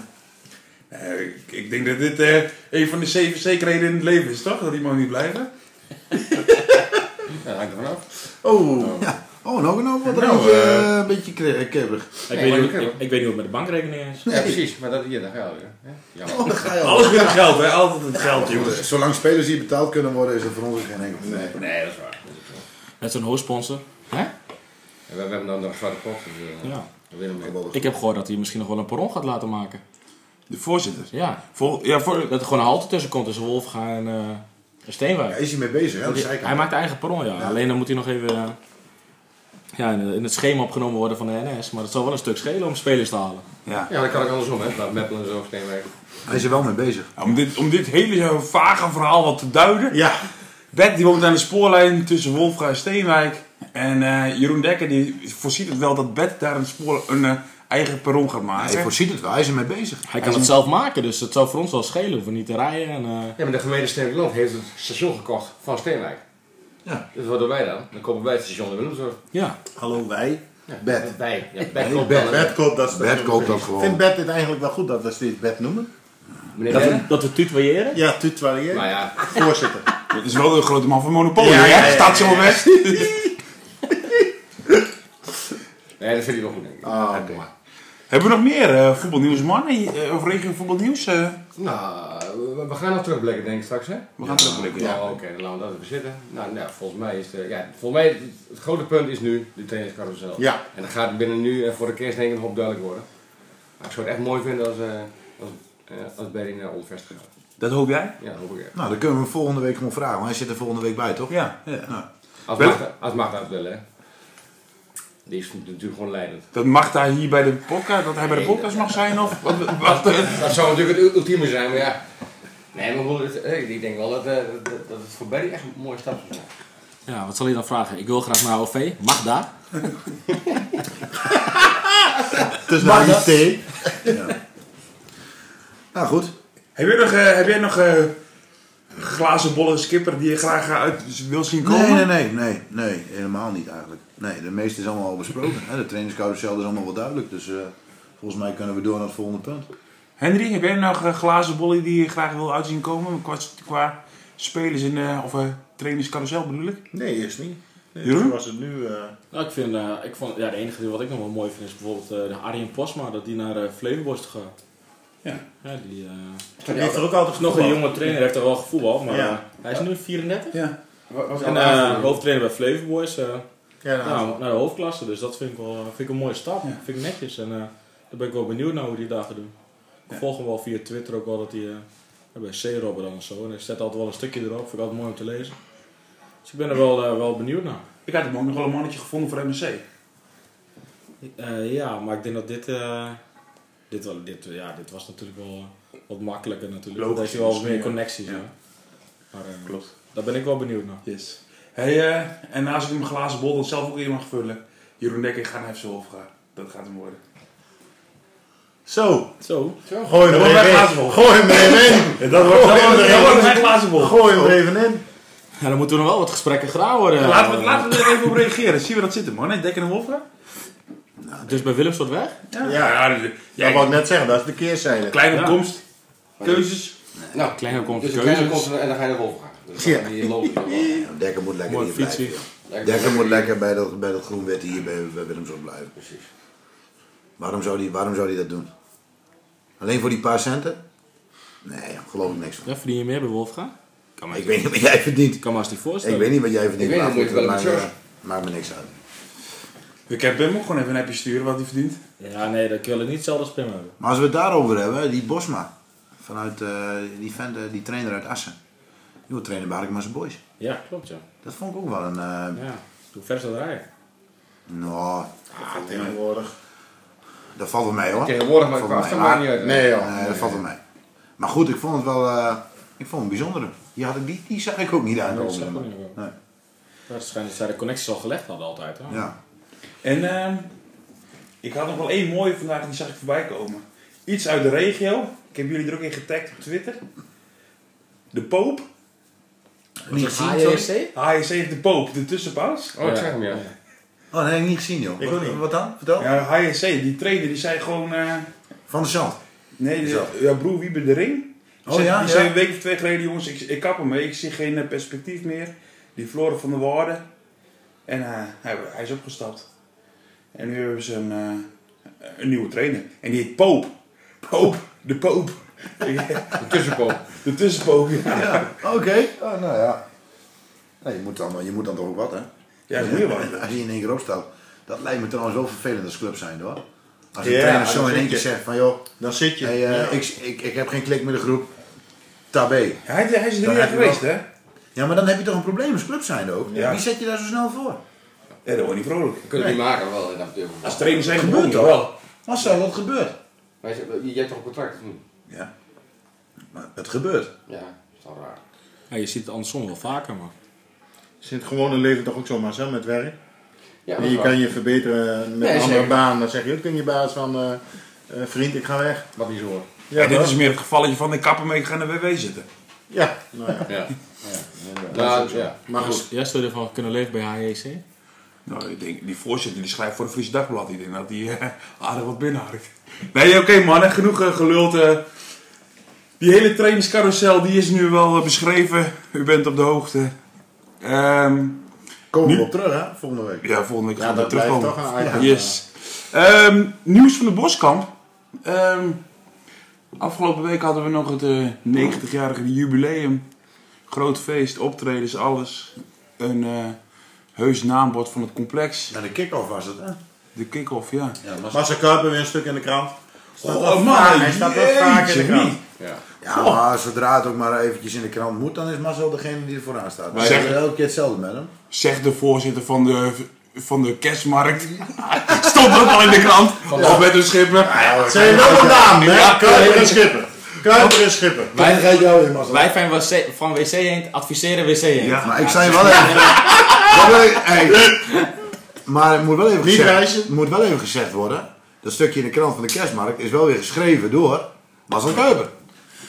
[SPEAKER 2] Eh, ik, ik denk dat dit eh, een van de zeven zekerheden in het leven is, toch? Dat die man niet blijven.
[SPEAKER 6] Ja, dat hangt er vanaf.
[SPEAKER 4] Oh,
[SPEAKER 3] Ja. Oh, nog een ook wat
[SPEAKER 2] Nou,
[SPEAKER 3] eruit, eh,
[SPEAKER 2] eh,
[SPEAKER 3] een beetje kri- kribbelig.
[SPEAKER 5] ik, weet
[SPEAKER 6] maar
[SPEAKER 5] niet,
[SPEAKER 6] dat
[SPEAKER 5] ik,
[SPEAKER 6] kan
[SPEAKER 5] ik weet niet hoe het met de bankrekening is.
[SPEAKER 6] Ja, precies. Maar dat hier, daar ga je alweer. hè. Jammer.
[SPEAKER 3] Oh, dat ga je al.
[SPEAKER 2] Alles weer het geld, hè? Altijd het geld, jongens.
[SPEAKER 3] Zolang spelers hier betaald kunnen worden, is er voor ons ook geen enkel probleem.
[SPEAKER 6] Nee, dat is waar. Dat is waar.
[SPEAKER 5] Met zo'n hoofdsponsor.
[SPEAKER 6] En we, we hebben dan nog een zwarte kop. Dus, eh,
[SPEAKER 5] Ja.
[SPEAKER 6] we willen hem
[SPEAKER 5] Ik heb gehoord dat hij misschien nog wel een perron gaat laten maken.
[SPEAKER 2] De voorzitter.
[SPEAKER 5] Ja.
[SPEAKER 2] Vol, ja, voor,
[SPEAKER 5] Dat er gewoon een halte tussen komt tussen Wolfga en eh, en
[SPEAKER 3] Daar
[SPEAKER 5] Steenwijk.
[SPEAKER 3] is hij mee bezig, hè? aan de zijkant.
[SPEAKER 5] Hij maakt eigen perron, ja. Alleen dan moet hij nog even eh, ja, in, in het schema opgenomen worden van de NS. Maar dat zal wel een stuk schelen om spelers te halen.
[SPEAKER 2] ja.
[SPEAKER 6] Ja, dat kan ik andersom, hè. Laat Meppel en zo Steenwijk.
[SPEAKER 3] Hij is er wel mee bezig.
[SPEAKER 2] Om, dit, om dit hele vage verhaal wat te duiden.
[SPEAKER 4] ja.
[SPEAKER 2] Bert die woont aan de spoorlijn tussen Wolfga en Steenwijk. En eh, Jeroen Dekker die voorziet het wel dat Bert daar een, spoor, een eh, eigen perron gaat maken.
[SPEAKER 3] Hij voorziet het wel, hij is er mee bezig.
[SPEAKER 5] Hij kan het zelf maken, dus het zou voor ons wel schelen. We hoeven niet te rijden. En, eh,
[SPEAKER 6] Ja, maar de gemeente Steenwijkland heeft het station gekocht van Steenwijk.
[SPEAKER 3] Ja.
[SPEAKER 6] Dus wat doen wij dan? Dan kopen wij het station in Willemsdorf.
[SPEAKER 5] ja.
[SPEAKER 4] Hallo, wij.
[SPEAKER 6] Ja,
[SPEAKER 3] Bed.
[SPEAKER 6] Wij. Ja, wij
[SPEAKER 3] Nee,
[SPEAKER 6] kopen
[SPEAKER 3] Bed.
[SPEAKER 6] dan.
[SPEAKER 4] Bert koopt dat.
[SPEAKER 3] Bert koopt dat
[SPEAKER 4] Ik vind
[SPEAKER 3] gewoon.
[SPEAKER 4] Bert het eigenlijk wel goed dat we steeds Bert noemen.
[SPEAKER 6] Meneer
[SPEAKER 5] Dat,
[SPEAKER 6] Bert?
[SPEAKER 5] we, dat we tutoyeren.
[SPEAKER 4] Ja, tutoirier.
[SPEAKER 6] Nou ja,
[SPEAKER 4] Voorzitter.
[SPEAKER 2] Het is wel de grote man van Monopoly,
[SPEAKER 4] Ja,
[SPEAKER 2] hè?
[SPEAKER 4] ja, ja, ja.
[SPEAKER 2] Staat zo weg.
[SPEAKER 6] nee, dat vind ik wel goed, denk ik.
[SPEAKER 4] Ah, mooi.
[SPEAKER 2] Hebben we nog meer eh, voetbalnieuws, man? Eh, of regio voetbalnieuws? eh?
[SPEAKER 6] Nou, we, we gaan nog terugblikken, denk ik, straks, hè?
[SPEAKER 2] we gaan terugblikken.
[SPEAKER 6] Ja, Oh, oké, dan laten we dat even zitten. Nou, nou volgens mij is de, ja, volgens mij het, het grote punt is nu de trainingscarousel.
[SPEAKER 4] Ja.
[SPEAKER 6] En dat gaat binnen nu en voor de kerst denk ik een hoop duidelijk worden. Maar ik zou het echt mooi vinden als, eh als, eh als Berry naar Olvest gaat.
[SPEAKER 2] Dat hoop jij?
[SPEAKER 6] Ja, dat hoop ik echt.
[SPEAKER 3] Nou, dan kunnen we hem volgende week gewoon vragen, want hij zit er volgende week bij, toch?
[SPEAKER 2] Ja. ja.
[SPEAKER 3] Nou,
[SPEAKER 6] Als
[SPEAKER 2] Wel-
[SPEAKER 6] Magda, als Magda het wil, hè. Die is natuurlijk gewoon leidend.
[SPEAKER 2] Dat mag daar hier bij de podcast, dat hij bij de podcast mag zijn? Of wat, wat, eh,
[SPEAKER 6] Dat zou natuurlijk het ultieme zijn, maar ja. Nee, maar hoe- het- eh, ik denk wel dat, eh, dat, dat het voor Berry echt een mooie stap is.
[SPEAKER 5] Ja, wat zal je dan vragen? Ik wil graag naar OV. Mag daar?
[SPEAKER 4] Het is nou IT.
[SPEAKER 3] nou goed.
[SPEAKER 2] heb jij nog, eh, heb jij nog eh, glazen bollen skipper die je graag eh, uit wil zien komen?
[SPEAKER 3] Nee, nee, nee, nee, nee, helemaal niet eigenlijk. Nee, de meeste is allemaal al besproken. Hè? De trainingscarousel is allemaal wel duidelijk, dus eh, volgens mij kunnen we door naar het volgende punt.
[SPEAKER 2] Henry, heb jij nog eh, glazen bollen die je graag wil uitzien komen? Qua, qua spelers in, eh, of eh trainerscarousel bedoel ik?
[SPEAKER 4] Nee, eerst niet. Nee,
[SPEAKER 2] Jeroen?
[SPEAKER 4] zo was het nu. eh,
[SPEAKER 5] Nou, ik vind, eh, ik vond, ja, de enige die wat ik nog wel mooi vind is bijvoorbeeld eh, de Arjen Posma, dat die naar eh Flevoborst gaat.
[SPEAKER 2] Ja.
[SPEAKER 5] ja die, eh,
[SPEAKER 4] Hij heeft er ook altijd
[SPEAKER 5] is nog een
[SPEAKER 4] voetbal.
[SPEAKER 5] jonge trainer, heeft er wel gevoetbal, maar
[SPEAKER 4] Ja.
[SPEAKER 5] eh, hij is nu 34.
[SPEAKER 2] Ja.
[SPEAKER 5] En eh, hoofdtrainer bij Flevoborst, eh,
[SPEAKER 4] Ja, nou,
[SPEAKER 5] nou, naar de hoofdklasse, dus dat vind ik wel eh, vind ik een mooie stap. Vind ik netjes en eh, daar ben ik wel benieuwd naar hoe die dagen doen. Ik volg hem wel via Twitter ook wel dat hij eh, bij C-Robber dan en zo, en hij zet altijd wel een stukje erop, vind ik altijd mooi om te lezen. Dus ik ben er wel, eh, wel benieuwd naar.
[SPEAKER 2] Ik had hem ook nog wel een mannetje gevonden voor MSC.
[SPEAKER 5] Eh, ja, maar ik denk dat dit, eh, dit, wel, dit, ja, dit was natuurlijk wel eh, wat makkelijker natuurlijk.
[SPEAKER 2] Logisch,
[SPEAKER 5] dat je wel
[SPEAKER 2] misschien,
[SPEAKER 5] meer
[SPEAKER 2] ja.
[SPEAKER 5] connecties
[SPEAKER 2] Ja.
[SPEAKER 5] hebt. Maar eh,
[SPEAKER 2] Klopt.
[SPEAKER 5] daar ben ik wel benieuwd naar.
[SPEAKER 2] Yes. Hey, eh, en als ik mijn glazen bol dan zelf ook in mag vullen. Jeroen Dekker gaat naar FC Wolfga. Dat gaat hem worden.
[SPEAKER 4] Zo,
[SPEAKER 5] Zo.
[SPEAKER 4] gooi
[SPEAKER 2] Dat
[SPEAKER 4] hem
[SPEAKER 2] wordt
[SPEAKER 4] er
[SPEAKER 2] mijn
[SPEAKER 4] even
[SPEAKER 2] glazen
[SPEAKER 4] in.
[SPEAKER 2] bol.
[SPEAKER 4] Gooi hem er even in.
[SPEAKER 2] Dat wordt, dat
[SPEAKER 4] Gooi hem
[SPEAKER 2] wordt, dat
[SPEAKER 4] er
[SPEAKER 2] wordt
[SPEAKER 4] even
[SPEAKER 2] mijn glazen bol.
[SPEAKER 4] in. Gooi hem er even in.
[SPEAKER 5] Ja, dan moeten we nog wel wat gesprekken gedaan worden.
[SPEAKER 2] Laten we, laten we er even op reageren. Zien we dat zitten, man? hè? Dekker en Wolfga?
[SPEAKER 5] Dus bij Willems wordt weg?
[SPEAKER 2] Ja.
[SPEAKER 4] Ja.
[SPEAKER 2] ja, dus,
[SPEAKER 4] Dat wou ik net zeggen, dat is de keerzijde.
[SPEAKER 2] Kleine
[SPEAKER 5] Ja.
[SPEAKER 2] komst. Keuzes.
[SPEAKER 6] Nou,
[SPEAKER 5] Kleine komt
[SPEAKER 6] dus
[SPEAKER 5] de
[SPEAKER 6] een kleine
[SPEAKER 5] keuzes.
[SPEAKER 6] komt en dan ga je naar Wolf gaan. Dus
[SPEAKER 4] Ja.
[SPEAKER 6] dan hier lopen we wel.
[SPEAKER 3] Ja, Dekker moet lekker
[SPEAKER 5] Mooi
[SPEAKER 3] hier blijven.
[SPEAKER 5] fietsie.
[SPEAKER 3] joh. Dekker moet lekker bij dat, bij dat groenwet hier bij, bij Willemsson blijven.
[SPEAKER 6] Precies.
[SPEAKER 3] Waarom zou, die, waarom zou die dat doen? Alleen voor die paar centen? Nee, joh, geloof ik niks van.
[SPEAKER 5] Daar verdien je meer bij Wolfga? Kan me,
[SPEAKER 3] Ik weet niet wat jij verdient.
[SPEAKER 5] kan me als die voorstellen.
[SPEAKER 3] Ik weet niet wat jij verdient.
[SPEAKER 6] Ik weet
[SPEAKER 3] maar
[SPEAKER 6] niet, moet je wel
[SPEAKER 3] goed,
[SPEAKER 6] een
[SPEAKER 3] maakt,
[SPEAKER 6] church.
[SPEAKER 3] eh, maakt me niks uit.
[SPEAKER 2] Ik heb hem ook gewoon even een appje sturen wat hij verdient.
[SPEAKER 5] Ja, nee, dat ik wil het niet hetzelfde spin hebben.
[SPEAKER 3] Maar als we het daarover hebben, die Bosma. Vanuit eh, die, vent, eh, die trainer uit Assen. Die wordt trainer bij Harkema's Boys.
[SPEAKER 5] Ja, klopt ja.
[SPEAKER 3] Dat vond ik ook wel een... eh,
[SPEAKER 5] Ja, hoe ver zou draaien?
[SPEAKER 3] Nou,
[SPEAKER 4] Ah, tegenwoordig.
[SPEAKER 3] dat valt wel mee hoor.
[SPEAKER 6] Tegenwoordig maar
[SPEAKER 3] Valt
[SPEAKER 6] qua
[SPEAKER 3] wel
[SPEAKER 6] afstand
[SPEAKER 3] mee,
[SPEAKER 6] maakt
[SPEAKER 3] maar-
[SPEAKER 6] niet uit.
[SPEAKER 4] Nee joh.
[SPEAKER 3] Nee, dat valt wel mee. Maar goed, ik vond het wel... eh, ik vond het bijzondere. Die, had ik, die, die zag ik ook niet
[SPEAKER 5] Nee, dat
[SPEAKER 3] aankomen.
[SPEAKER 5] zag ik
[SPEAKER 3] maar-
[SPEAKER 5] ook niet aankomen.
[SPEAKER 3] Nee.
[SPEAKER 5] Waarschijnlijk dat zij de connecties al gelegd hadden altijd. Hè?
[SPEAKER 3] Ja.
[SPEAKER 2] En ehm, ik had nog wel één mooie vandaag, die zag ik voorbij komen. Iets uit de regio. Ik heb jullie er ook in getagd op Twitter. De Poop.
[SPEAKER 3] Niet gezien, sorry.
[SPEAKER 2] HSC heeft de Poop, de tussenpaus.
[SPEAKER 6] Oh, ik zeg hem ja.
[SPEAKER 3] Oh, nee, niet gezien joh.
[SPEAKER 2] Ik
[SPEAKER 3] wat,
[SPEAKER 2] ook niet.
[SPEAKER 3] wat dan? Vertel.
[SPEAKER 2] Ja, HSC, die trainer, die zei gewoon... eh,
[SPEAKER 3] Van de Zand.
[SPEAKER 2] nee, de,
[SPEAKER 3] Zo.
[SPEAKER 2] ja, broer Wiebe de Ring. Die
[SPEAKER 3] Oh
[SPEAKER 2] zei-
[SPEAKER 3] ja,
[SPEAKER 2] die
[SPEAKER 3] ja.
[SPEAKER 2] zei een week of twee geleden, jongens, ik, ik kap hem mee. Ik zie geen eh, perspectief meer. Die verloren van de waarden. En eh, hij, hij is opgestapt. En nu hebben ze een, eh, een nieuwe trainer. En die heet Poop. Poop, de Poop.
[SPEAKER 6] De tussenpoop.
[SPEAKER 2] De tussenpoop, ja.
[SPEAKER 3] Ja, oké. Oh, nou ja. Nee, je, moet dan, je moet dan toch ook wat, hè?
[SPEAKER 2] Ja, dat moet je wel.
[SPEAKER 3] Als je in één keer opstaat. Dat lijkt me trouwens wel vervelend als club zijn, hoor. Als een
[SPEAKER 4] Ja,
[SPEAKER 3] trainer zo
[SPEAKER 4] dat
[SPEAKER 3] in
[SPEAKER 4] vind
[SPEAKER 3] één keer
[SPEAKER 4] je.
[SPEAKER 3] zegt van, joh,
[SPEAKER 4] Dan zit je.
[SPEAKER 3] hey, eh,
[SPEAKER 4] Ja.
[SPEAKER 3] ik, ik, ik heb geen klik met de groep. Tabé.
[SPEAKER 2] Hij, hij is er drie
[SPEAKER 3] Dan
[SPEAKER 2] jaar
[SPEAKER 3] heb je wel-
[SPEAKER 2] geweest, hè?
[SPEAKER 3] Ja, maar dan heb je toch een probleem als club zijn ook?
[SPEAKER 2] Ja.
[SPEAKER 3] Wie zet je daar zo snel voor?
[SPEAKER 2] Ja, dat wordt niet vrolijk.
[SPEAKER 6] We kunnen het niet maken wel in dat deel.
[SPEAKER 2] Als trainer zijn
[SPEAKER 3] Gebeurt
[SPEAKER 2] gebeurt
[SPEAKER 3] toch?
[SPEAKER 2] wel.
[SPEAKER 3] Wat zou dat gebeurt?
[SPEAKER 6] Maar je, je hebt toch een contract of niet?
[SPEAKER 3] Ja. Maar het gebeurt.
[SPEAKER 6] Ja, dat is al raar.
[SPEAKER 5] Ja, je ziet het andersom wel vaker, man.
[SPEAKER 4] Is in het gewone leven toch ook zomaar zo met werk?
[SPEAKER 6] Ja,
[SPEAKER 4] En je
[SPEAKER 6] kan
[SPEAKER 4] kan je verbeteren met
[SPEAKER 6] Nee,
[SPEAKER 4] een andere
[SPEAKER 6] zeker.
[SPEAKER 4] baan. Dan zeg je ook tegen je baas van... eh, eh, vriend, ik ga weg.
[SPEAKER 6] Wat niet zo hoor.
[SPEAKER 4] Ja,
[SPEAKER 2] en dit
[SPEAKER 4] toch?
[SPEAKER 2] is meer het gevalletje van de kappen mee gaan naar WW zitten.
[SPEAKER 4] Ja, nou ja.
[SPEAKER 6] Ja.
[SPEAKER 4] dat
[SPEAKER 6] Nou,
[SPEAKER 4] is ook zo.
[SPEAKER 6] ja.
[SPEAKER 4] Maar goed.
[SPEAKER 5] Dus jij zou ervan kunnen leven bij HJC?
[SPEAKER 2] Nou, ik denk, die voorzitter die schrijft voor de Friese Dagblad. Ik denk dat hij eh, aardig wat binnenharkt. Nee, oké mannen, genoeg eh, geluld. eh. die hele trainingscarousel die is nu wel eh, beschreven. U bent op de hoogte. Ehm,
[SPEAKER 4] Komen
[SPEAKER 2] Nu-
[SPEAKER 4] we op terug, hè? Volgende week.
[SPEAKER 2] ja, volgende week
[SPEAKER 4] Ja,
[SPEAKER 2] gaan we
[SPEAKER 4] dat blijft
[SPEAKER 2] terugkomen.
[SPEAKER 4] toch een item.
[SPEAKER 2] Yes. Ehm, nieuws van de Boskamp. Ehm, afgelopen week hadden we nog het eh, 90-jarige jubileum. Groot feest, optredens, alles. Een eh, heus naambord van het complex.
[SPEAKER 3] Naar de kick-off was het, hè?
[SPEAKER 2] De kick-off, ja.
[SPEAKER 3] Ja, maar,
[SPEAKER 4] Massa Kuiper weer een stuk in de krant. Staat
[SPEAKER 2] Oh,
[SPEAKER 4] wel
[SPEAKER 2] man,
[SPEAKER 4] vaak- hij staat wel vaak in de
[SPEAKER 2] jeetje,
[SPEAKER 4] krant.
[SPEAKER 2] wie?
[SPEAKER 6] Ja.
[SPEAKER 3] ja,
[SPEAKER 4] Oh.
[SPEAKER 3] maar zodra het ook maar eventjes in de krant moet, dan is Marcel degene die er vooraan staat. Wij
[SPEAKER 2] Zeg-
[SPEAKER 3] zeggen elke keer hetzelfde met hem.
[SPEAKER 2] Zegt de voorzitter van de, van de kerstmarkt. Stond dat al in de krant? Of met een schipper?
[SPEAKER 4] Zijn je wel een naam, hè? Kuiper en Schipper. Kuiper en Schipper.
[SPEAKER 3] Wij gaan jou in, Marcel.
[SPEAKER 5] Wij van WC, van WC Eend adviseren WC Eend.
[SPEAKER 2] Ja.
[SPEAKER 3] Maar ik zei wel even. Wat wil ik- hey. Maar het moet wel, even
[SPEAKER 4] Niet
[SPEAKER 3] gezegd,
[SPEAKER 4] wijzen.
[SPEAKER 3] het moet wel even gezegd worden. Dat stukje in de krant van de kerstmarkt is wel weer geschreven door Marcel Kuiper.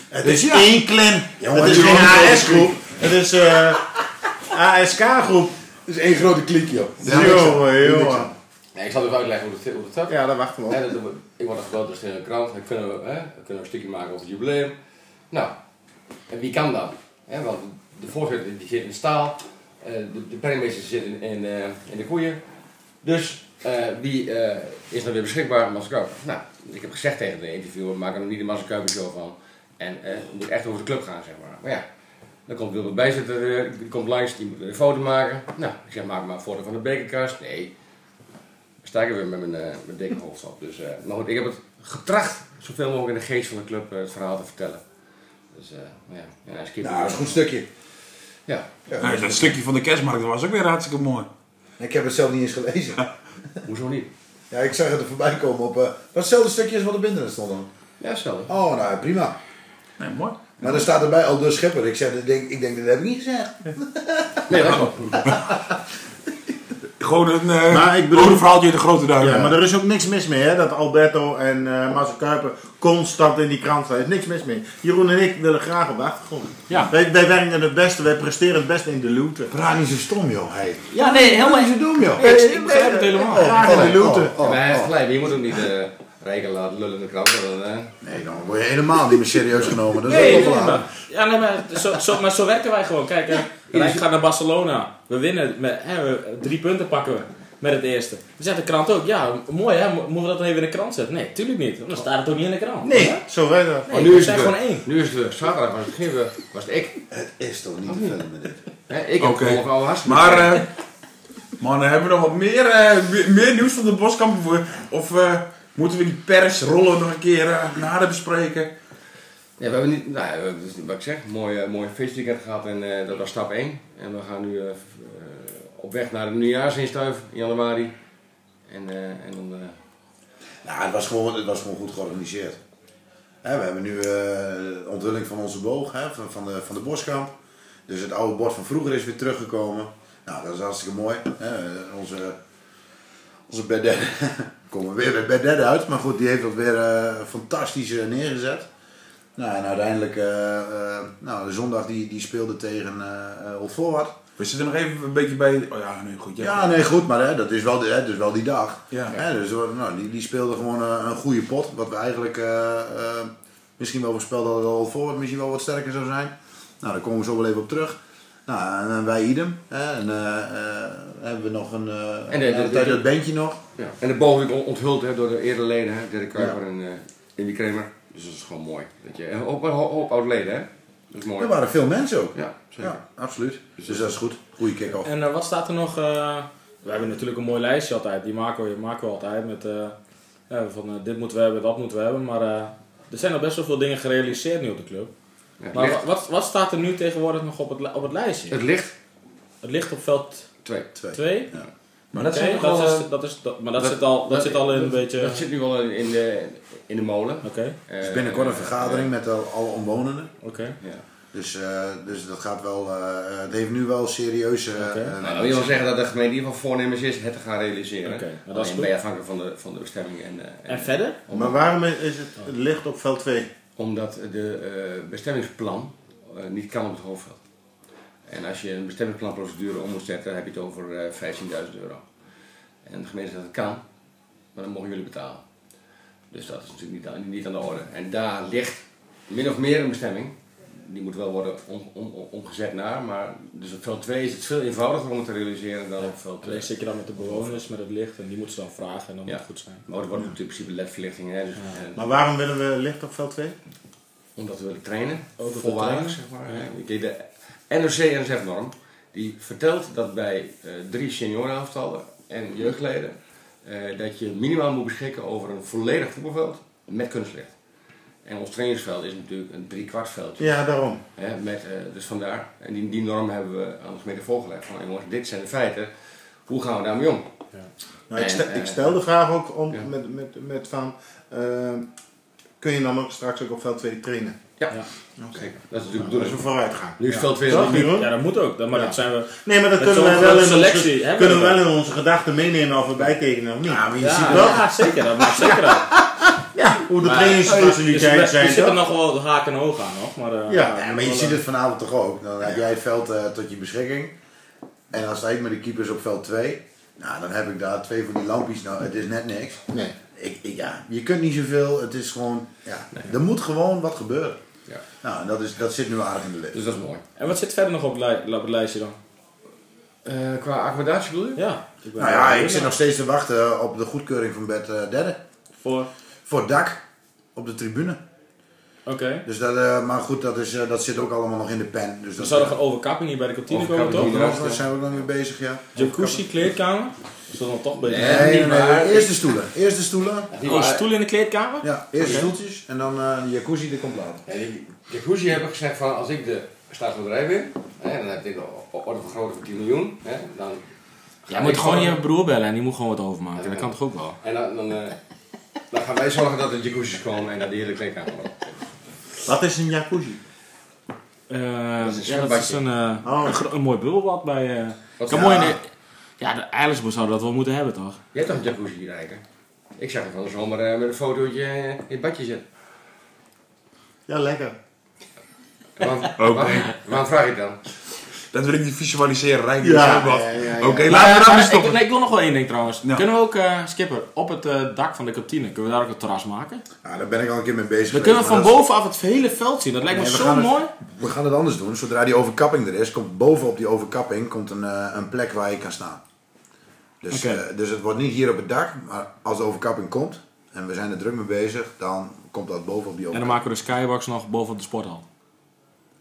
[SPEAKER 4] Het
[SPEAKER 3] Dus
[SPEAKER 4] is
[SPEAKER 3] ja.
[SPEAKER 4] één klem. Het is
[SPEAKER 3] die
[SPEAKER 4] geen
[SPEAKER 3] man is
[SPEAKER 4] AS-groep. Het is eh, ASK-groep.
[SPEAKER 3] Het is één grote klik, joh.
[SPEAKER 4] Jongen, jongen.
[SPEAKER 6] Nee, ik zal even uitleggen hoe dat, hoe dat zat.
[SPEAKER 4] Ja, daar wachten we
[SPEAKER 6] Hè,
[SPEAKER 4] op.
[SPEAKER 6] dat doen we- ik word afgebeld door de krant. Ik kunnen we, hè, we kunnen een stukje maken over het jubileum. Nou, en wie kan dan? Hè, want de voorzitter die zit in staal. eh, de, de penningmeester zit in, in, eh, in de koeien. Dus eh, wie eh, is dan weer beschikbaar? Massakuiper. Nou, ik heb gezegd tegen de interviewer, maak er nog niet de Massakuiper show van. En eh, het moet echt over de club gaan, zeg maar. Maar ja, dan komt Wilbert bijzitter, eh, die komt langs, die moet een foto maken. Nou, ik zeg, maak maar een foto van de bekerkast. Nee, sta ik er weer met mijn, eh, mijn dikke hoofd op. Dus, eh, maar goed, ik heb het getracht zoveel mogelijk in de geest van de club eh, het verhaal te vertellen. Dus eh, maar ja, ja, hij skipt
[SPEAKER 3] Nou, dat is een
[SPEAKER 6] weer.
[SPEAKER 3] goed stukje.
[SPEAKER 6] Ja,
[SPEAKER 2] Nee, dat stukje van de kerstmarkt was ook weer hartstikke mooi.
[SPEAKER 3] Ik heb het zelf niet eens gelezen.
[SPEAKER 6] hoezo niet?
[SPEAKER 3] Ja, ik zag het er voorbij komen op. eh, wat hetzelfde stukje als wat op internet stond dan.
[SPEAKER 6] Ja, stel.
[SPEAKER 3] Oh, nou prima.
[SPEAKER 2] Nee, mooi.
[SPEAKER 3] Maar dan staat erbij al de schepper. Ik, zeg, ik, denk, ik denk, dat heb ik niet gezegd.
[SPEAKER 6] Nee, dat klopt.
[SPEAKER 2] Gewoon een eh
[SPEAKER 4] Maar ik bedoel-
[SPEAKER 2] rode verhaaltje in de grote duim.
[SPEAKER 4] Ja, maar er is ook niks mis mee, hè? Dat Alberto en eh Marcel Kuiper constant in die krant staan. Er is niks mis mee. Jeroen en ik willen graag op de achtergrond.
[SPEAKER 5] Ja.
[SPEAKER 4] Wij, wij werken het beste, wij presteren het beste in de looten.
[SPEAKER 3] Praat niet zo stom, joh. Hey.
[SPEAKER 5] Ja, nee, helemaal
[SPEAKER 3] Niet zo dom, joh.
[SPEAKER 5] Ik begrijp het helemaal.
[SPEAKER 4] Graag in de looten.
[SPEAKER 3] Oh,
[SPEAKER 6] maar hij heeft
[SPEAKER 3] oh.
[SPEAKER 6] gelijk, je moet ook niet eh rijken laten lullen in de krant. Dan, eh.
[SPEAKER 3] Nee, dan word je helemaal niet meer serieus genomen. Dat is
[SPEAKER 5] Nee,
[SPEAKER 3] ook
[SPEAKER 5] nee,
[SPEAKER 3] wel
[SPEAKER 5] maar,
[SPEAKER 3] waar.
[SPEAKER 5] ja, nee, maar, zo, zo, maar zo werken wij gewoon. Kijk, hè, wij gaan naar Barcelona. We winnen. Met, hè, we- drie punten pakken we met het eerste. Dan zegt de krant ook, ja, mooi hè, mo- moeten we dat dan even in de krant zetten? Nee, tuurlijk niet. Want Dan staat het ook niet in de krant.
[SPEAKER 4] Nee,
[SPEAKER 5] Hè?
[SPEAKER 4] zo wij dat.
[SPEAKER 5] Nee,
[SPEAKER 6] Oh, nu
[SPEAKER 5] we
[SPEAKER 6] is
[SPEAKER 5] zijn
[SPEAKER 6] het
[SPEAKER 5] gewoon
[SPEAKER 6] weer.
[SPEAKER 5] één.
[SPEAKER 6] Nu is het weer zaterdag, maar het begin weer was het ik.
[SPEAKER 3] Het is toch
[SPEAKER 5] Oh,
[SPEAKER 3] niet te veel met dit.
[SPEAKER 6] Hè, ik heb
[SPEAKER 2] Oké.
[SPEAKER 6] okay. al hartstikke
[SPEAKER 2] Maar, eh mannen, hebben we nog wat meer, eh, me- meer nieuws van de boskamp? Of, of eh, moeten we die persrollen nog een keer eh, nader bespreken?
[SPEAKER 6] Ja, we hebben niet, nou, ja, we hebben dus, wat ik zeg, mooie, mooie feestweekend gehad en eh, dat was stap 1. En we gaan nu eh, eh, op weg naar de nieuwjaarsinstuif in januari. En, eh, en dan, eh,
[SPEAKER 3] Nou, het was gewoon, het was gewoon goed georganiseerd. Hè, we hebben nu eh, de onthulling van onze boog, hè, van, van, de, van de boskamp. Dus het oude bord van vroeger is weer teruggekomen. Nou, dat is hartstikke mooi. Hè. Onze, onze Berdette, komen we weer bij Berdette uit. Maar goed, die heeft dat weer eh, fantastisch eh, neergezet. Nou, en uiteindelijk, eh, eh, nou, de zondag die, die speelde tegen eh eh, Old Forward.
[SPEAKER 2] We zitten nog even een beetje bij... Oh ja, nee, goed. Ja,
[SPEAKER 3] Ja, nee, goed, maar hè, dat, is wel, hè, dat is wel die dag.
[SPEAKER 2] Ja.
[SPEAKER 3] Hè, dus, hoor, nou, die, die speelde gewoon eh, een goede pot. Wat we eigenlijk eh, eh, misschien wel voorspelden dat het al voor misschien wel wat sterker zou zijn. Nou, daar komen we zo wel even op terug. Nou, en, eh, wij idem. Hè, en eh, eh, hebben we nog een... eh
[SPEAKER 6] En de-
[SPEAKER 3] een
[SPEAKER 6] de-
[SPEAKER 3] tijd
[SPEAKER 6] de-
[SPEAKER 3] dat bandje nog.
[SPEAKER 6] ja. en de boven on- onthuld hè, door de eerder leden, hè, Dirk Kuiper en eh Indy Kramer. Dus dat is gewoon mooi. Dat je, en ook een ho- hoop oud leden, hè? Dat is mooi.
[SPEAKER 3] Er waren veel mensen ook.
[SPEAKER 6] Ja, zeker.
[SPEAKER 3] Ja, absoluut. Dus dat is goed. Goede kick-off.
[SPEAKER 5] En eh, wat staat er nog? eh, we hebben natuurlijk een mooi lijstje altijd. Die maken we, maken we altijd met eh, eh, van eh, dit moeten we hebben, dat moeten we hebben. Maar eh, er zijn al best wel veel dingen gerealiseerd nu op de club.
[SPEAKER 6] Ja, het,
[SPEAKER 5] Maar wa-
[SPEAKER 6] licht,
[SPEAKER 5] wat, wat staat er nu tegenwoordig nog op het, li- op het lijstje?
[SPEAKER 6] het licht,
[SPEAKER 5] Het ligt op veld
[SPEAKER 6] twee.
[SPEAKER 3] Twee.
[SPEAKER 5] 2.
[SPEAKER 2] maar
[SPEAKER 5] Oké,
[SPEAKER 2] dat zijn toch
[SPEAKER 5] dat
[SPEAKER 2] wel,
[SPEAKER 5] is, dat is, dat, maar dat,
[SPEAKER 6] dat-
[SPEAKER 5] zit al, dat, zit al in een
[SPEAKER 6] dat-
[SPEAKER 5] beetje...
[SPEAKER 6] Dat zit nu al in, in de, in de molen.
[SPEAKER 5] Oké,
[SPEAKER 3] Dus binnenkort een vergadering met al- alle omwonenden.
[SPEAKER 5] oké.
[SPEAKER 6] Eh, Ja.
[SPEAKER 3] Dus, eh, dus dat gaat wel... eh, het heeft nu wel serieuze... eh,
[SPEAKER 5] Oké.
[SPEAKER 3] eh,
[SPEAKER 6] Nou, dat wil wel zeggen dat de gemeente in ieder geval voornemens is het te gaan realiseren.
[SPEAKER 5] Oké, nou, dat is
[SPEAKER 6] Alleen
[SPEAKER 5] goed.
[SPEAKER 6] ben je afhankelijk van de, van de bestemming. En, eh,
[SPEAKER 5] En verder?
[SPEAKER 4] Maar waarom is het licht op veld 2?
[SPEAKER 6] Omdat de eh, bestemmingsplan eh, niet kan op het hoofdveld. En als je een bestemmingsplanprocedure om moet zetten, dan heb je het over eh, 15.000 euro. En de gemeente zegt dat kan, maar dan mogen jullie betalen. Dus dat is natuurlijk niet aan, niet aan de orde. En daar ligt min of meer een bestemming. Die moet wel worden om, om, om- omgezet naar, maar dus op veld 2 is het veel eenvoudiger om het te realiseren dan op veld 2.
[SPEAKER 5] Alleen zit je dan met de bewoners, met het licht en die moeten ze dan vragen en dan moet het goed zijn.
[SPEAKER 6] Maar er wordt natuurlijk in principe ledverlichting. Hè, dus, eh,
[SPEAKER 4] Maar waarom willen we licht op veld 2?
[SPEAKER 6] omdat we willen trainen,
[SPEAKER 5] Ook dat we
[SPEAKER 6] volwaardig
[SPEAKER 5] trainen,
[SPEAKER 6] zeg maar. hè. Kijk, De NOC-NSF-norm die vertelt dat bij eh, drie seniorenaftallen en jeugdleden eh, dat je minimaal moet beschikken over een volledig voetbalveld met kunstlicht. En ons trainingsveld is natuurlijk een driekwartveldje.
[SPEAKER 4] Ja, daarom.
[SPEAKER 6] Hè, met, eh, dus vandaar, en die, die norm hebben we aan ons mede voorgelegd. Van, jongens, dit zijn de feiten, hoe gaan we daarmee om?
[SPEAKER 4] Nou, ik,
[SPEAKER 6] En,
[SPEAKER 4] stel,
[SPEAKER 6] eh,
[SPEAKER 4] ik stel de vraag ook om,
[SPEAKER 6] ja.
[SPEAKER 4] met, met, met van, eh, kun je dan ook straks ook op veld 2 trainen?
[SPEAKER 6] Ja,
[SPEAKER 5] Ja.
[SPEAKER 6] zeker. Dat is natuurlijk de
[SPEAKER 4] Dat is
[SPEAKER 6] bedoeling.
[SPEAKER 4] een vooruitgang.
[SPEAKER 6] Nu is veld 2
[SPEAKER 4] Toch, Jeroen?
[SPEAKER 5] Ja, dat moet ook, dat- maar
[SPEAKER 4] Ja.
[SPEAKER 5] dat zijn we...
[SPEAKER 4] Nee, maar dat
[SPEAKER 5] Met
[SPEAKER 4] kunnen
[SPEAKER 5] zo'n
[SPEAKER 4] wij wel in,
[SPEAKER 5] grote selectie
[SPEAKER 4] onze,
[SPEAKER 5] hebben
[SPEAKER 4] kunnen we
[SPEAKER 5] we
[SPEAKER 4] wel in onze gedachten meenemen of we bijtekenen of niet.
[SPEAKER 3] ja, maar je
[SPEAKER 5] Ja,
[SPEAKER 3] ziet
[SPEAKER 4] wel.
[SPEAKER 5] ja, zeker, dat maakt zeker uit.
[SPEAKER 4] Hoe de
[SPEAKER 5] Maar-
[SPEAKER 4] trainingsfaciliteiten
[SPEAKER 3] Oh,
[SPEAKER 5] Dus we-
[SPEAKER 4] zijn.
[SPEAKER 5] Er zitten nog
[SPEAKER 4] toch?
[SPEAKER 5] wel haken en ogen aan nog, maar... eh,
[SPEAKER 4] Ja,
[SPEAKER 3] Ja, maar je ziet het vanavond toch ook. Dan heb jij het veld eh, tot je beschikking. En dan sta ik met de keepers op veld 2. Nou, dan heb ik daar twee van die lampjes. Nou, het is net niks.
[SPEAKER 4] Nee.
[SPEAKER 3] Ik, ik- ja, je kunt niet zoveel. Het is gewoon... Ja, er moet gewoon wat gebeuren.
[SPEAKER 6] Ja.
[SPEAKER 3] Nou, en dat, is, dat zit nu aardig in de lift.
[SPEAKER 6] Dus dat is mooi.
[SPEAKER 5] En wat zit verder nog op het, lij- op het lijstje dan?
[SPEAKER 6] Eh, qua accommodatie bedoel je?
[SPEAKER 5] Ja. Ik ben
[SPEAKER 3] Nou ja,
[SPEAKER 5] wel
[SPEAKER 3] ik zit nog
[SPEAKER 5] benieuwd.
[SPEAKER 3] steeds te wachten op de goedkeuring van Bert eh, Derde.
[SPEAKER 5] Voor...
[SPEAKER 3] Voor het dak. Op de tribune.
[SPEAKER 5] Oké.
[SPEAKER 3] Dus dat, eh, maar goed, dat, is, eh, dat zit ook allemaal nog in de pen. Dus
[SPEAKER 5] Dan
[SPEAKER 3] dat,
[SPEAKER 5] zou er een overkapping hier bij de kantine komen,
[SPEAKER 6] Overkapping
[SPEAKER 5] toch?
[SPEAKER 6] hier.
[SPEAKER 3] Ja, daar zijn we ook nog mee bezig, ja.
[SPEAKER 5] Jacuzzi, kleedkamer? Is dat dan toch beter?
[SPEAKER 6] Nee.
[SPEAKER 3] Nee, nee,
[SPEAKER 6] niet
[SPEAKER 3] nee.
[SPEAKER 6] waar.
[SPEAKER 3] Eerste stoelen. Eerste stoelen.
[SPEAKER 5] Oh, stoel in de kleedkamer?
[SPEAKER 3] Ja, eerst stoeltjes en dan eh de jacuzzi, die komt later.
[SPEAKER 6] En die jacuzzi hebben gezegd van als ik de staatsbedrijf ben, hè, dan heb ik een orde van grootte van 10 miljoen. Hè, dan
[SPEAKER 5] Jij moet gewoon je broer bellen en die moet gewoon wat overmaken.
[SPEAKER 6] Ja.
[SPEAKER 5] Dat kan toch ook wel?
[SPEAKER 6] En dan, dan, eh, dan gaan wij zorgen dat er jacuzzi's komen en dat die hele kleedkamer loopt.
[SPEAKER 4] Wat is een jacuzzi?
[SPEAKER 5] Eh,
[SPEAKER 6] Dat is een
[SPEAKER 5] ja, dat is
[SPEAKER 6] zwembadje.
[SPEAKER 5] een, eh,
[SPEAKER 4] Oh.
[SPEAKER 5] een, gro- een mooi bubbelbad bij... eh
[SPEAKER 6] Wat-
[SPEAKER 5] kan mooi in de- ja, de Eilersboer zou dat wel moeten hebben, toch?
[SPEAKER 6] Je hebt toch een jacuzzi hier eigenlijk? Ik zag het van de zomer eh, met een fotootje eh, in het badje zitten.
[SPEAKER 4] Ja, lekker.
[SPEAKER 6] Waarom,
[SPEAKER 2] Ook.
[SPEAKER 6] waar- waarom vraag ik dan?
[SPEAKER 2] Dat wil ik niet visualiseren, Rijk.
[SPEAKER 4] Ja,
[SPEAKER 2] Ja,
[SPEAKER 4] ja, ja, ja.
[SPEAKER 2] Oké, laten we
[SPEAKER 5] Maar,
[SPEAKER 2] daarmee
[SPEAKER 5] ik, wil-
[SPEAKER 2] stoppen.
[SPEAKER 5] nee, ik wil nog wel één ding trouwens.
[SPEAKER 2] Ja.
[SPEAKER 5] Kunnen we ook, eh, Skipper, op het eh, dak van de kantine, kunnen we daar ook een terras maken?
[SPEAKER 3] Nou, daar ben ik al een keer mee bezig.
[SPEAKER 5] Dan kunnen we
[SPEAKER 3] geweest,
[SPEAKER 5] van
[SPEAKER 3] maar dat
[SPEAKER 5] bovenaf het hele veld zien. Dat lijkt me
[SPEAKER 3] Nee, we
[SPEAKER 5] zo
[SPEAKER 3] gaan het-
[SPEAKER 5] mooi.
[SPEAKER 3] is- We gaan het anders doen. Zodra die overkapping er is, komt bovenop die overkapping komt een, eh, een plek waar je kan staan. Dus,
[SPEAKER 5] Oké.
[SPEAKER 3] eh, dus het wordt niet hier op het dak, maar als de overkapping komt en we zijn er druk mee bezig, dan komt dat bovenop die
[SPEAKER 5] En dan
[SPEAKER 3] overkapping.
[SPEAKER 5] maken we de skybox nog bovenop de sporthal.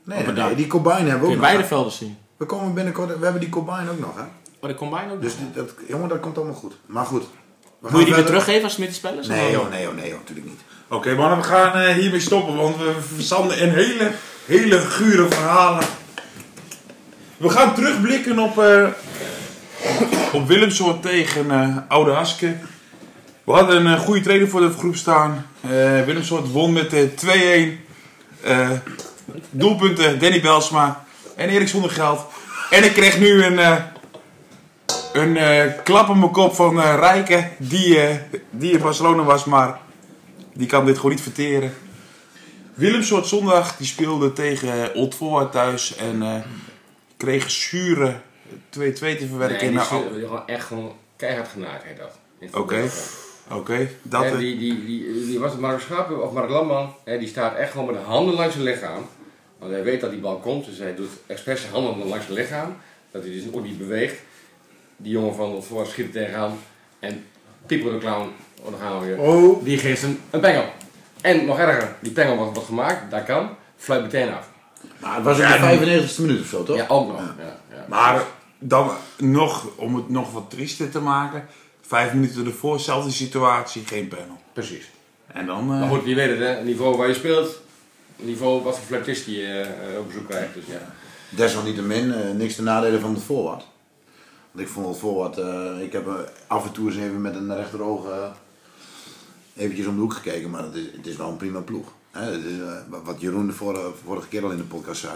[SPEAKER 3] Nee,
[SPEAKER 5] op het
[SPEAKER 3] nee,
[SPEAKER 5] dak.
[SPEAKER 3] die combine hebben
[SPEAKER 5] Kun
[SPEAKER 3] we
[SPEAKER 5] je
[SPEAKER 3] ook nog.
[SPEAKER 5] beide velden zien.
[SPEAKER 3] We komen binnenkort, we hebben die combine ook nog, hè?
[SPEAKER 5] Maar de combine ook.
[SPEAKER 3] Dus die- dat, jongen, dat komt allemaal goed. Maar goed. we gaan
[SPEAKER 5] Moet je die weer
[SPEAKER 3] verder.
[SPEAKER 5] teruggeven als Smit spelers?
[SPEAKER 3] Nee, joh, nee, joh, nee, joh, natuurlijk niet.
[SPEAKER 2] Oké, mannen, we gaan eh, hiermee stoppen, want we verzanden in hele, hele gure verhalen. We gaan terugblikken op, eh op Willemsoort tegen eh, Oude Haske. We hadden een eh, goede trainer voor de groep staan. Eh Willemsoort won met eh, 2-1. Eh, doelpunten Danny Belsma en Erik zonder geld. En ik kreeg nu een, eh, een eh, klap op mijn kop van eh Rijken, die, eh, die in Barcelona was, maar die kan dit gewoon niet verteren. Willem Soort zondag die speelde tegen eh, Old Forward thuis en eh, kreeg zure 2-2 te
[SPEAKER 6] Nee,
[SPEAKER 2] verwerken.
[SPEAKER 6] die
[SPEAKER 2] Nou,
[SPEAKER 6] stuurde- die had echt gewoon keihard genaaid, hij dat. In het
[SPEAKER 2] Oké.
[SPEAKER 6] voetbal.
[SPEAKER 2] Oké, dat.
[SPEAKER 6] Hè,
[SPEAKER 2] eh,
[SPEAKER 6] die, die, die, die was het Mark Schapen of Mark Landman, hè, die staat echt gewoon met de handen langs zijn lichaam. Want hij weet dat die bal komt, dus hij doet expres zijn handen langs zijn lichaam. Dat hij dus ook niet beweegt. Die jongen van het voor schiet er tegenaan. En Pieper de Clown, oh, daar gaan we weer.
[SPEAKER 4] Oh,
[SPEAKER 5] Die geeft een...
[SPEAKER 6] Een pengel. En nog erger, die pengel wordt, wordt gemaakt, dat kan. Fluit meteen af.
[SPEAKER 3] Maar het was in de 95 e minuut of zo, toch?
[SPEAKER 6] Ja, ook nog. Ja, ja.
[SPEAKER 2] Maar dan nog, om het nog wat triester te maken, vijf minuten ervoor, zelfde situatie, geen panel.
[SPEAKER 6] Precies.
[SPEAKER 2] En dan. eh,
[SPEAKER 6] Maar goed, je weet het, hè? Het niveau waar je speelt, het niveau wat voor fluitist je eh, op bezoek krijgt. Dus ja.
[SPEAKER 3] Desalniettemin, eh, niks te nadelen van het voorwaarts. Want ik vond het voorwaarts, eh, ik heb eh, af en toe eens even met een rechteroog eh eventjes om de hoek gekeken, maar het is, het is wel een prima ploeg. Hè, het is, eh, wat- wat Jeroen de vorige, vorige keer al in de podcast zei,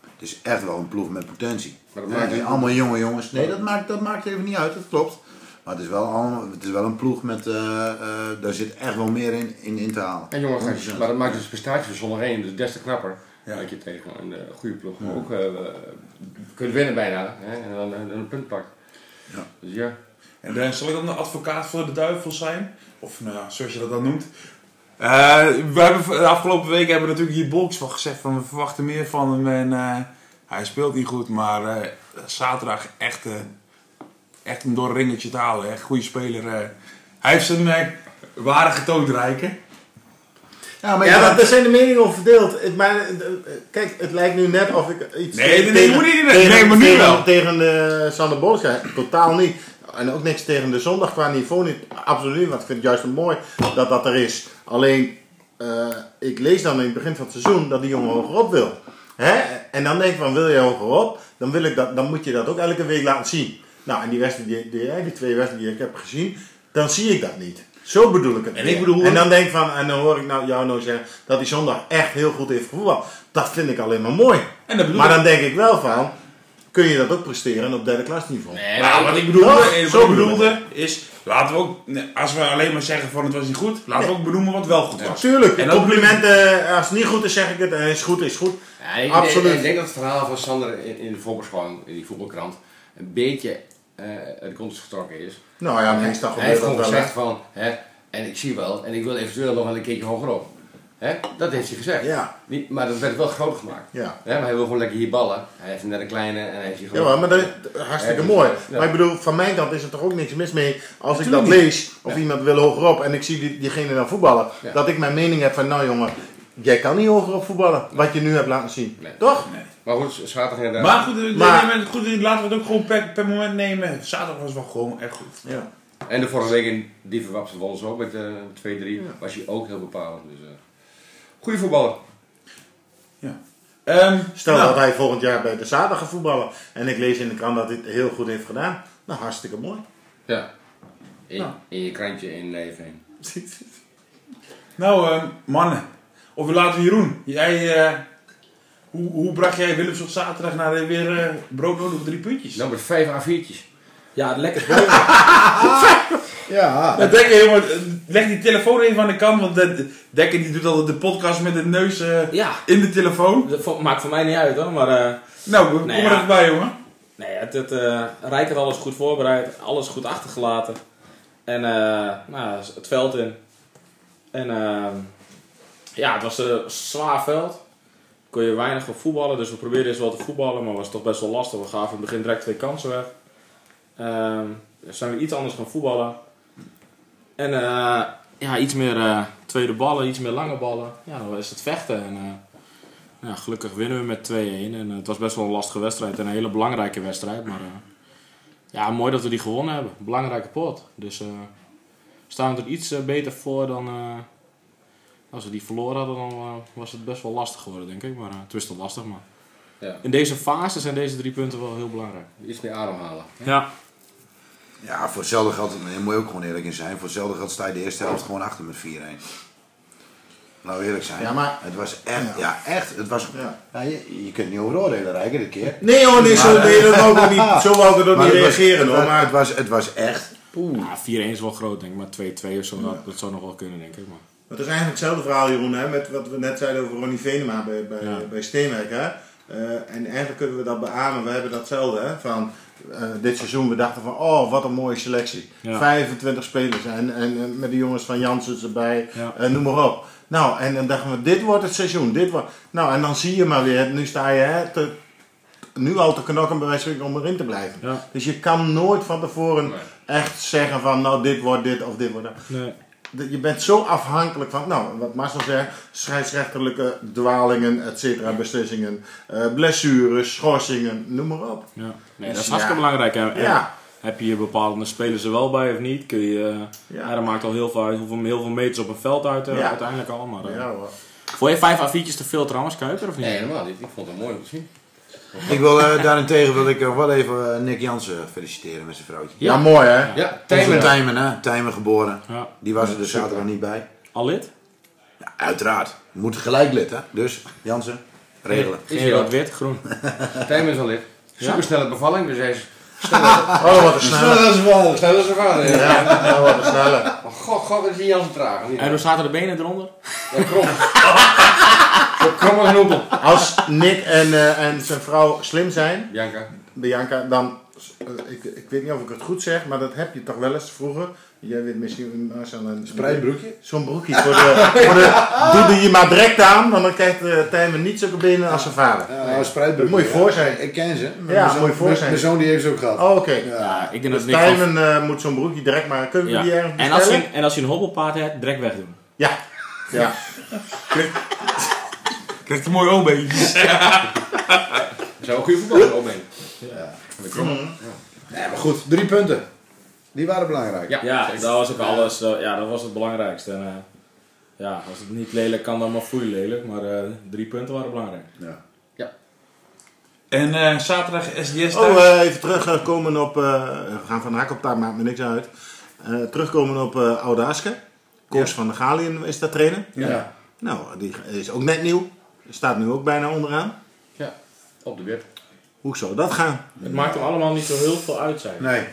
[SPEAKER 3] het is echt wel een ploeg met potentie.
[SPEAKER 6] Maar dat
[SPEAKER 3] Hè,
[SPEAKER 6] maakt
[SPEAKER 3] het zijn
[SPEAKER 6] niet-
[SPEAKER 3] allemaal jonge jongens. Nee, dat maakt, dat maakt even niet uit, dat klopt. Maar het is wel, allemaal, het is wel een ploeg met, eh, eh, daar zit echt wel meer in, in, in te halen.
[SPEAKER 6] En jongen, gastjes,
[SPEAKER 3] 100%.
[SPEAKER 6] maar dat maakt dus prestatie voor zondag heen, dus des te knapper. Dat je tegen een eh, goede ploeg ook eh, kunt winnen bijna. Hè? En dan eh, een punt pakt.
[SPEAKER 3] Ja.
[SPEAKER 6] Dus ja.
[SPEAKER 2] En dan zal ik dan de advocaat voor de duivel zijn? Of nou ja, zoals je dat dan noemt. Eh, we hebben, v- de afgelopen weken hebben we natuurlijk hier Bolks van gezegd van we verwachten meer van hem. En eh, hij speelt niet goed, maar eh, zaterdag echt, eh, echt een door ringetje te halen. Echt goede speler. eh. Hij heeft zijn eh, ware getoond, Rijken.
[SPEAKER 3] Ja, maar
[SPEAKER 4] ja,
[SPEAKER 3] je-
[SPEAKER 4] maar daar zijn de meningen over verdeeld. Het- Maar eh, kijk, het lijkt nu net of ik iets.
[SPEAKER 2] Nee, nee, nee, moet niet- nee, nee, maar nu
[SPEAKER 4] tegen,
[SPEAKER 2] wel.
[SPEAKER 4] Tegen eh, Sander Bols, totaal niet. En ook niks tegen de zondag qua niveau niet. Absoluut niet, want ik vind het juist wel mooi dat dat er is. Alleen, eh, ik lees dan in het begin van het seizoen dat die jongen hogerop wil. Hè? En dan denk ik van, wil je hogerop? Dan, wil ik dat, dan moet je dat ook elke week laten zien. Nou, en die, wedstrijd, die, die, die twee wedstrijden die ik heb gezien, dan zie ik dat niet. Zo bedoel ik het.
[SPEAKER 2] En ik bedoel-
[SPEAKER 4] En dan denk ik van, en dan hoor ik nou jou nou zeggen dat hij zondag echt heel goed heeft gevoetbald. Dat vind ik alleen maar mooi.
[SPEAKER 2] En dat bedoel
[SPEAKER 4] maar
[SPEAKER 2] ik.
[SPEAKER 4] dan denk ik wel van, kun je dat ook presteren op derde klasniveau?
[SPEAKER 6] Nee,
[SPEAKER 2] Nou,
[SPEAKER 6] maar
[SPEAKER 2] wat ik bedoelde,
[SPEAKER 4] Oh,
[SPEAKER 2] eh, wat
[SPEAKER 4] zo
[SPEAKER 2] ik
[SPEAKER 4] bedoel
[SPEAKER 2] bedoelde is, laten we ook, nee, als we alleen maar zeggen van het was niet goed, laten we ook benoemen wat wel goed was.
[SPEAKER 4] Tuurlijk,
[SPEAKER 2] En dat-
[SPEAKER 4] complimenten, als het niet goed is zeg ik het, en is goed, is goed.
[SPEAKER 6] Ja, ik,
[SPEAKER 4] Absoluut.
[SPEAKER 6] Ik, ik denk dat het verhaal van Sander in, in de voorbeschouwing, in die voetbalkrant, een beetje eh uit de context getrokken is.
[SPEAKER 4] Nou ja, meestal
[SPEAKER 6] Hij heeft
[SPEAKER 4] gebeurt dat
[SPEAKER 6] gewoon
[SPEAKER 4] wel. hè.
[SPEAKER 6] gezegd van, hè, en ik zie wel, en ik wil eventueel nog wel een keertje hogerop. Hè, dat heeft hij gezegd.
[SPEAKER 4] Ja.
[SPEAKER 6] Niet, maar dat werd wel groot gemaakt.
[SPEAKER 4] Ja.
[SPEAKER 6] Hè, maar hij wil gewoon lekker hier ballen. Hij heeft net een kleine en hij heeft hier
[SPEAKER 4] Ja,
[SPEAKER 6] gewoon...
[SPEAKER 4] maar maar dat is hartstikke
[SPEAKER 6] Ja,
[SPEAKER 4] mooi.
[SPEAKER 6] ja.
[SPEAKER 4] Maar ik bedoel, van mijn kant is er toch ook niks mis mee als ik dat lees of iemand wil hogerop en ik zie die, diegene dan voetballen.
[SPEAKER 6] Ja.
[SPEAKER 4] Dat ik mijn mening heb van, nou jongen, jij kan niet hogerop voetballen, wat je nu hebt laten zien.
[SPEAKER 6] Nee.
[SPEAKER 4] Toch?
[SPEAKER 6] Maar goed, zaterdag inderdaad.
[SPEAKER 2] Maar goed, eh,
[SPEAKER 4] Maar-
[SPEAKER 2] nee, maar goed, laten we het ook gewoon per, per moment nemen. Zaterdag was wel gewoon echt goed.
[SPEAKER 4] Ja.
[SPEAKER 6] En de vorige week in Dievenwaps won ze ook met eh 2-3. Was hij ook heel bepalend. Dus, eh goeie voetballer.
[SPEAKER 2] Ja. Ehm,
[SPEAKER 4] Stel
[SPEAKER 2] nou,
[SPEAKER 4] dat hij volgend jaar bij de zaterdag gaat voetballen en ik lees in de krant dat hij het heel goed heeft gedaan. Nou, hartstikke mooi.
[SPEAKER 6] Ja. In,
[SPEAKER 4] Nou.
[SPEAKER 6] in je krantje in Leven.
[SPEAKER 2] Nou, ehm, mannen. Of we laten Jeroen. Jij, eh, Hoe, hoe bracht jij Willems op zaterdag naar eh, weer eh broodnodig drie puntjes?
[SPEAKER 6] Dan met vijf A4'tjes. Ja, lekker boven.
[SPEAKER 4] Ja,
[SPEAKER 2] Dat denk je helemaal, eh, leg die telefoon even aan de kant, want de, Dekker die doet altijd de podcast met de neus eh,
[SPEAKER 5] Ja,
[SPEAKER 2] in de telefoon.
[SPEAKER 5] dat vo- maakt voor mij niet uit hoor, maar eh,
[SPEAKER 2] Nou, kom
[SPEAKER 5] Nou
[SPEAKER 2] er
[SPEAKER 5] ja.
[SPEAKER 2] even bij, jongen.
[SPEAKER 5] nee, het, het, eh, Rijk had alles goed voorbereid, alles goed achtergelaten. En eh, nou, het veld in. En eh, ja, het was een zwaar veld. Kon je weinig op voetballen, dus we probeerden eens wel te voetballen, maar was toch best wel lastig. We gaven in het begin direct twee kansen weg. Ehm, dus zijn we iets anders gaan voetballen. En eh, ja, iets meer eh, tweede ballen, iets meer lange ballen. Ja, dan is het vechten. En, eh, ja, gelukkig winnen we met 2-1. En eh, het was best wel een lastige wedstrijd en een hele belangrijke wedstrijd. Maar eh, ja, mooi dat we die gewonnen hebben. Belangrijke pot. Dus eh, we staan er iets eh, beter voor dan eh, als we die verloren hadden. Dan eh, was het best wel lastig geworden, denk ik. Maar eh, het is toch lastig, maar
[SPEAKER 6] Ja,
[SPEAKER 5] in deze fase zijn deze drie punten wel heel belangrijk.
[SPEAKER 6] iets meer ademhalen.
[SPEAKER 5] Ja,
[SPEAKER 3] Ja, voor hetzelfde geld, daar moet je ook gewoon eerlijk in zijn. Voor hetzelfde geld sta je de eerste helft gewoon achter met 4-1. Nou eerlijk zijn.
[SPEAKER 4] Ja, maar-
[SPEAKER 3] Het was echt, ja, echt. Het was,
[SPEAKER 4] Ja.
[SPEAKER 3] Ja, je, je kunt niet over oordelen, Rijker, dit keer.
[SPEAKER 4] Nee hoor, nee, zo, nee, dat wou ik ook niet, zo wou ik er ook niet
[SPEAKER 3] het was-
[SPEAKER 4] reageren
[SPEAKER 3] het
[SPEAKER 4] hoor.
[SPEAKER 3] was-
[SPEAKER 4] Maar
[SPEAKER 3] Het was, het was echt...
[SPEAKER 5] ja 4-1 is wel groot, denk ik. Maar 2-2 of zo, dat, dat zou nog wel kunnen, denk ik. Maar...
[SPEAKER 4] Het is eigenlijk hetzelfde verhaal, Jeroen, hè, met wat we net zeiden over Ronnie Venema bij, bij,
[SPEAKER 5] Ja.
[SPEAKER 4] bij Steenwijk. Hè? Eh, en eigenlijk kunnen we dat beamen, we hebben datzelfde. Hè? Van, eh, dit seizoen, we dachten van, oh, wat een mooie selectie.
[SPEAKER 5] Ja.
[SPEAKER 4] 25 spelers en, en, en met de jongens van Janssens erbij,
[SPEAKER 5] Ja.
[SPEAKER 4] eh, noem maar op. Nou, en dan dachten we, dit wordt het seizoen. Dit wordt... Nou, en dan zie je maar weer, nu sta je hè, te, nu al te knokken bij wijze van spreken om erin te blijven.
[SPEAKER 5] Ja.
[SPEAKER 4] Dus je kan nooit van tevoren echt zeggen van, nou, dit wordt dit of dit wordt dat.
[SPEAKER 5] Nee.
[SPEAKER 4] Dat Je bent zo afhankelijk van, nou, wat Marcel zegt, scheidsrechterlijke dwalingen, et cetera, beslissingen, eh, blessures, schorsingen, noem maar op.
[SPEAKER 5] Ja. Nee, dat
[SPEAKER 4] Dus
[SPEAKER 5] is hartstikke
[SPEAKER 4] ja.
[SPEAKER 5] belangrijk. En- en
[SPEAKER 4] Ja.
[SPEAKER 5] Heb je bepaalde spelers er wel bij of niet? Kun je, eh,
[SPEAKER 4] Ja.
[SPEAKER 5] ja. dat maakt al heel veel uit. Hoeveel, heel veel meters op een veld uit eh,
[SPEAKER 4] Ja.
[SPEAKER 5] uiteindelijk al. Maar, eh,
[SPEAKER 4] Ja hoor.
[SPEAKER 5] Vond je vijf A4'tjes te veel trouwens, Kuiper, of niet?
[SPEAKER 6] Nee, helemaal niet. Ik vond het mooi om te zien.
[SPEAKER 3] Ik wil, eh, daarentegen wil ik nog wel even eh, Nick Jansen feliciteren met zijn vrouwtje.
[SPEAKER 4] Ja, Nou, mooi hè?
[SPEAKER 6] Ja,
[SPEAKER 3] Tijmen.
[SPEAKER 6] Tijmen.
[SPEAKER 3] Tijmen, hè? Tijmen geboren.
[SPEAKER 5] Ja.
[SPEAKER 3] Die was er dus zaterdag niet bij.
[SPEAKER 5] Al lid?
[SPEAKER 3] Ja, uiteraard. Moet gelijk lid, hè? Dus, Jansen, regelen.
[SPEAKER 6] Is
[SPEAKER 5] Geel,
[SPEAKER 6] hij al?
[SPEAKER 5] wit, groen.
[SPEAKER 6] Tijmen is al lid.
[SPEAKER 5] Ja?
[SPEAKER 6] Supersnelle bevalling, dus hij is...
[SPEAKER 4] Oh, wat een snelle.
[SPEAKER 6] als zijn vader. Sneller als zijn vader. ja.
[SPEAKER 4] Ja, wat een snelle.
[SPEAKER 6] Oh, god, god, is die Jansen traag.
[SPEAKER 5] En hoe zaten de benen eronder?
[SPEAKER 6] Ja, krom. Zo krom als een hoepel.
[SPEAKER 4] Als Nick en, eh, en zijn vrouw slim zijn,
[SPEAKER 6] Bianca.
[SPEAKER 4] Bianca, dan, eh, ik, ik weet niet of ik het goed zeg, maar dat heb je toch wel eens vroeger. Jij weet misschien Marcel een...
[SPEAKER 3] Spreidbroekje?
[SPEAKER 4] Zo'n broekje voor de, voor de- Doe die je maar direct aan, want dan krijgt eh Tijmen niet zulke benen als zijn vader.
[SPEAKER 3] Ja, Nou, een spreidbroekje.
[SPEAKER 4] Moet je voor zijn.
[SPEAKER 3] Ik ken ze. Mijn
[SPEAKER 4] Ja,
[SPEAKER 3] zoon-
[SPEAKER 4] moet je voor
[SPEAKER 3] mijn-
[SPEAKER 4] zijn.
[SPEAKER 3] Mijn zoon die heeft ze ook gehad.
[SPEAKER 4] Oh, oké.
[SPEAKER 5] Ja, ik denk
[SPEAKER 4] Dus
[SPEAKER 5] dat Nick... al-
[SPEAKER 4] Tijmen eh, moet zo'n broekje direct maar... Kunnen we
[SPEAKER 5] Ja.
[SPEAKER 4] die ergens
[SPEAKER 5] En, als je,
[SPEAKER 4] bestellen?
[SPEAKER 5] een- en als je een hobbelpaard hebt, direct wegdoen.
[SPEAKER 4] Ja. Ja.
[SPEAKER 2] Krijgt een mooi obeentje.
[SPEAKER 6] Zou ook goede voetballer omheen.
[SPEAKER 3] Nee, maar goed, drie punten. Die waren belangrijk.
[SPEAKER 6] Ja,
[SPEAKER 5] Ja,
[SPEAKER 6] zeker.
[SPEAKER 5] dat was ook alles. eh, ja, dat was het belangrijkste. En, eh, ja, als het niet lelijk kan, dan maar voel je lelijk. Maar eh, drie punten waren belangrijk.
[SPEAKER 2] En eh, zaterdag SDS
[SPEAKER 4] Oh,
[SPEAKER 2] thuis.
[SPEAKER 4] eh, even terugkomen op... eh, we gaan van hak op taart, maakt me niks uit. Eh, terugkomen op eh Oude Aske. Koos van de Galien is daar trainer.
[SPEAKER 6] Ja.
[SPEAKER 4] Nou, die is ook net nieuw. Staat nu ook bijna onderaan.
[SPEAKER 6] Ja. Op de web.
[SPEAKER 4] Hoe zou dat gaan?
[SPEAKER 5] Het maakt hem allemaal niet zo heel veel uit, zijn.
[SPEAKER 3] Nee.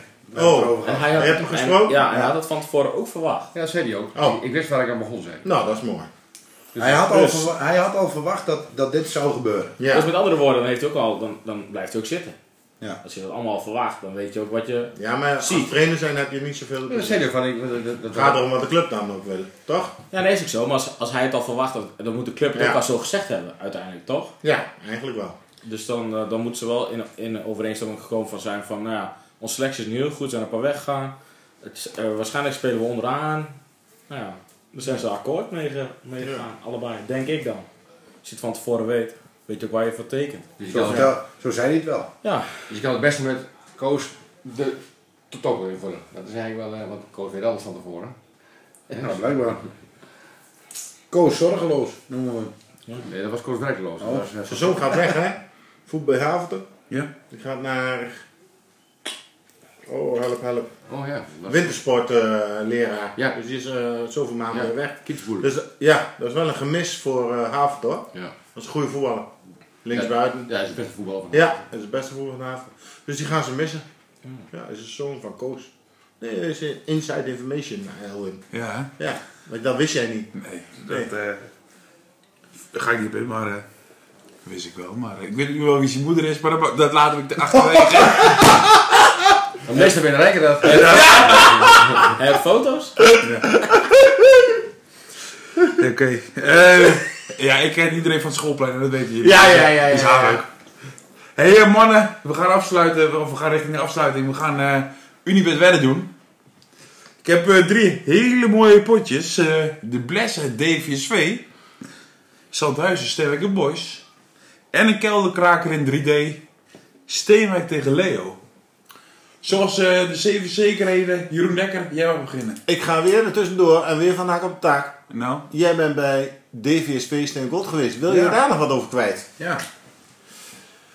[SPEAKER 4] Oh.
[SPEAKER 3] we hebben het erover
[SPEAKER 5] En
[SPEAKER 3] gehad.
[SPEAKER 5] hij had,
[SPEAKER 4] Je hebt hem
[SPEAKER 5] en-
[SPEAKER 4] gesproken?
[SPEAKER 5] ja, en hij had het van tevoren ook verwacht.
[SPEAKER 6] Ja, dat zei hij ook.
[SPEAKER 4] Oh.
[SPEAKER 6] Ik wist waar ik aan begon, zei hij.
[SPEAKER 4] Nou, dat is mooi.
[SPEAKER 3] Hij had, al
[SPEAKER 4] Dus-
[SPEAKER 3] verwa- hij had al verwacht dat, dat dit zou gebeuren.
[SPEAKER 4] Ja.
[SPEAKER 5] Dus met andere woorden, dan, heeft hij ook al, dan, dan blijft hij ook zitten.
[SPEAKER 3] Ja.
[SPEAKER 5] Als je dat allemaal al verwacht, dan weet je ook wat je...
[SPEAKER 4] Ja, maar als
[SPEAKER 5] Zie.
[SPEAKER 4] trainer zijn heb je niet zoveel...
[SPEAKER 6] Ja, Dat zei hij ook van, ik, dat, dat, dat-
[SPEAKER 4] Het gaat erom wat de club dan ook wil, toch?
[SPEAKER 5] Ja, nee, is ook zo. Maar als, als hij het al verwacht, had, dan moet de club het
[SPEAKER 4] Ja.
[SPEAKER 5] ook al zo gezegd hebben, uiteindelijk, toch?
[SPEAKER 4] Ja, eigenlijk wel.
[SPEAKER 5] Dus dan, eh, dan moet ze wel in, in overeenstemming gekomen van zijn van... Nou ja, onze selectie is nu heel goed, zijn er een paar weggegaan. Het, is- eh, waarschijnlijk spelen we onderaan. Nou ja, daar zijn ze akkoord mee, ge- mee gegaan, allebei. Denk ik dan. Als je het van tevoren weet, weet je ook waar je voor tekent.
[SPEAKER 6] dus, je
[SPEAKER 3] Zo,
[SPEAKER 6] kan,
[SPEAKER 3] vertel- zo zei hij het wel.
[SPEAKER 5] Ja,
[SPEAKER 6] dus je kan het beste met Koos de de top weer vullen. Dat is eigenlijk wel, eh, want Koos weet alles van tevoren.
[SPEAKER 3] Ja, blijkbaar. Koos zorgeloos, noemen we hem.
[SPEAKER 6] Nee, dat was eh, Koos werkloos.
[SPEAKER 3] Oh, ja.
[SPEAKER 4] Zijn zoon gaat weg, hè? Voetbal bij Haventer.
[SPEAKER 2] Ja.
[SPEAKER 4] Die gaat naar. Oh, help, help.
[SPEAKER 6] Oh ja, dat was
[SPEAKER 4] Wintersportleraar.
[SPEAKER 6] Ja.
[SPEAKER 4] Dus die is eh, zoveel maanden
[SPEAKER 6] Ja.
[SPEAKER 4] weer weg.
[SPEAKER 6] Kietsboer.
[SPEAKER 4] Dus eh, ja, dat is wel een gemis voor eh Haventer hoor.
[SPEAKER 6] Ja.
[SPEAKER 4] Dat is een goede voetballer. linksbuiten.
[SPEAKER 6] Ja, hij is het beste voetbal van
[SPEAKER 4] Ja, dat is het beste voor vanavond. Dus die gaan ze missen. Ja, is een zoon van Koos. Nee, dat is inside information, Elwin.
[SPEAKER 2] Ja, hè?
[SPEAKER 4] Ja, maar dat wist jij niet.
[SPEAKER 2] Nee, dat eh, daar ga ik niet op in, maar eh, dat wist ik wel. Maar eh, ik weet niet wel wie zijn moeder is, maar dat, ma- dat laten we achterwege.
[SPEAKER 6] De meeste binnen rijken dat.
[SPEAKER 5] Hij heeft foto's?
[SPEAKER 2] Oké. Eh, ja, ik ken iedereen van het schoolplein en dat weten jullie.
[SPEAKER 4] Ja, ja, ja,
[SPEAKER 2] Dat is
[SPEAKER 4] ja,
[SPEAKER 2] haar
[SPEAKER 4] ja.
[SPEAKER 2] leuk. hey, eh, mannen, we gaan afsluiten, of we gaan richting de afsluiting. We gaan eh Unibet wedden doen. Ik heb eh, drie hele mooie potjes. Eh, de Blessed DVSV, Zandhuizen Sterke Boys en een kelderkraker in 3D, Steenwijk tegen Leo. Zoals eh, de zeven zekerheden, Jeroen Dekker, jij mag beginnen.
[SPEAKER 4] Ik ga weer er tussendoor en weer van hak op taak.
[SPEAKER 2] Nou,
[SPEAKER 4] Jij bent bij DVSP Steen Gold geweest. Wil
[SPEAKER 2] Ja.
[SPEAKER 4] je daar nog wat over kwijt?
[SPEAKER 2] ja.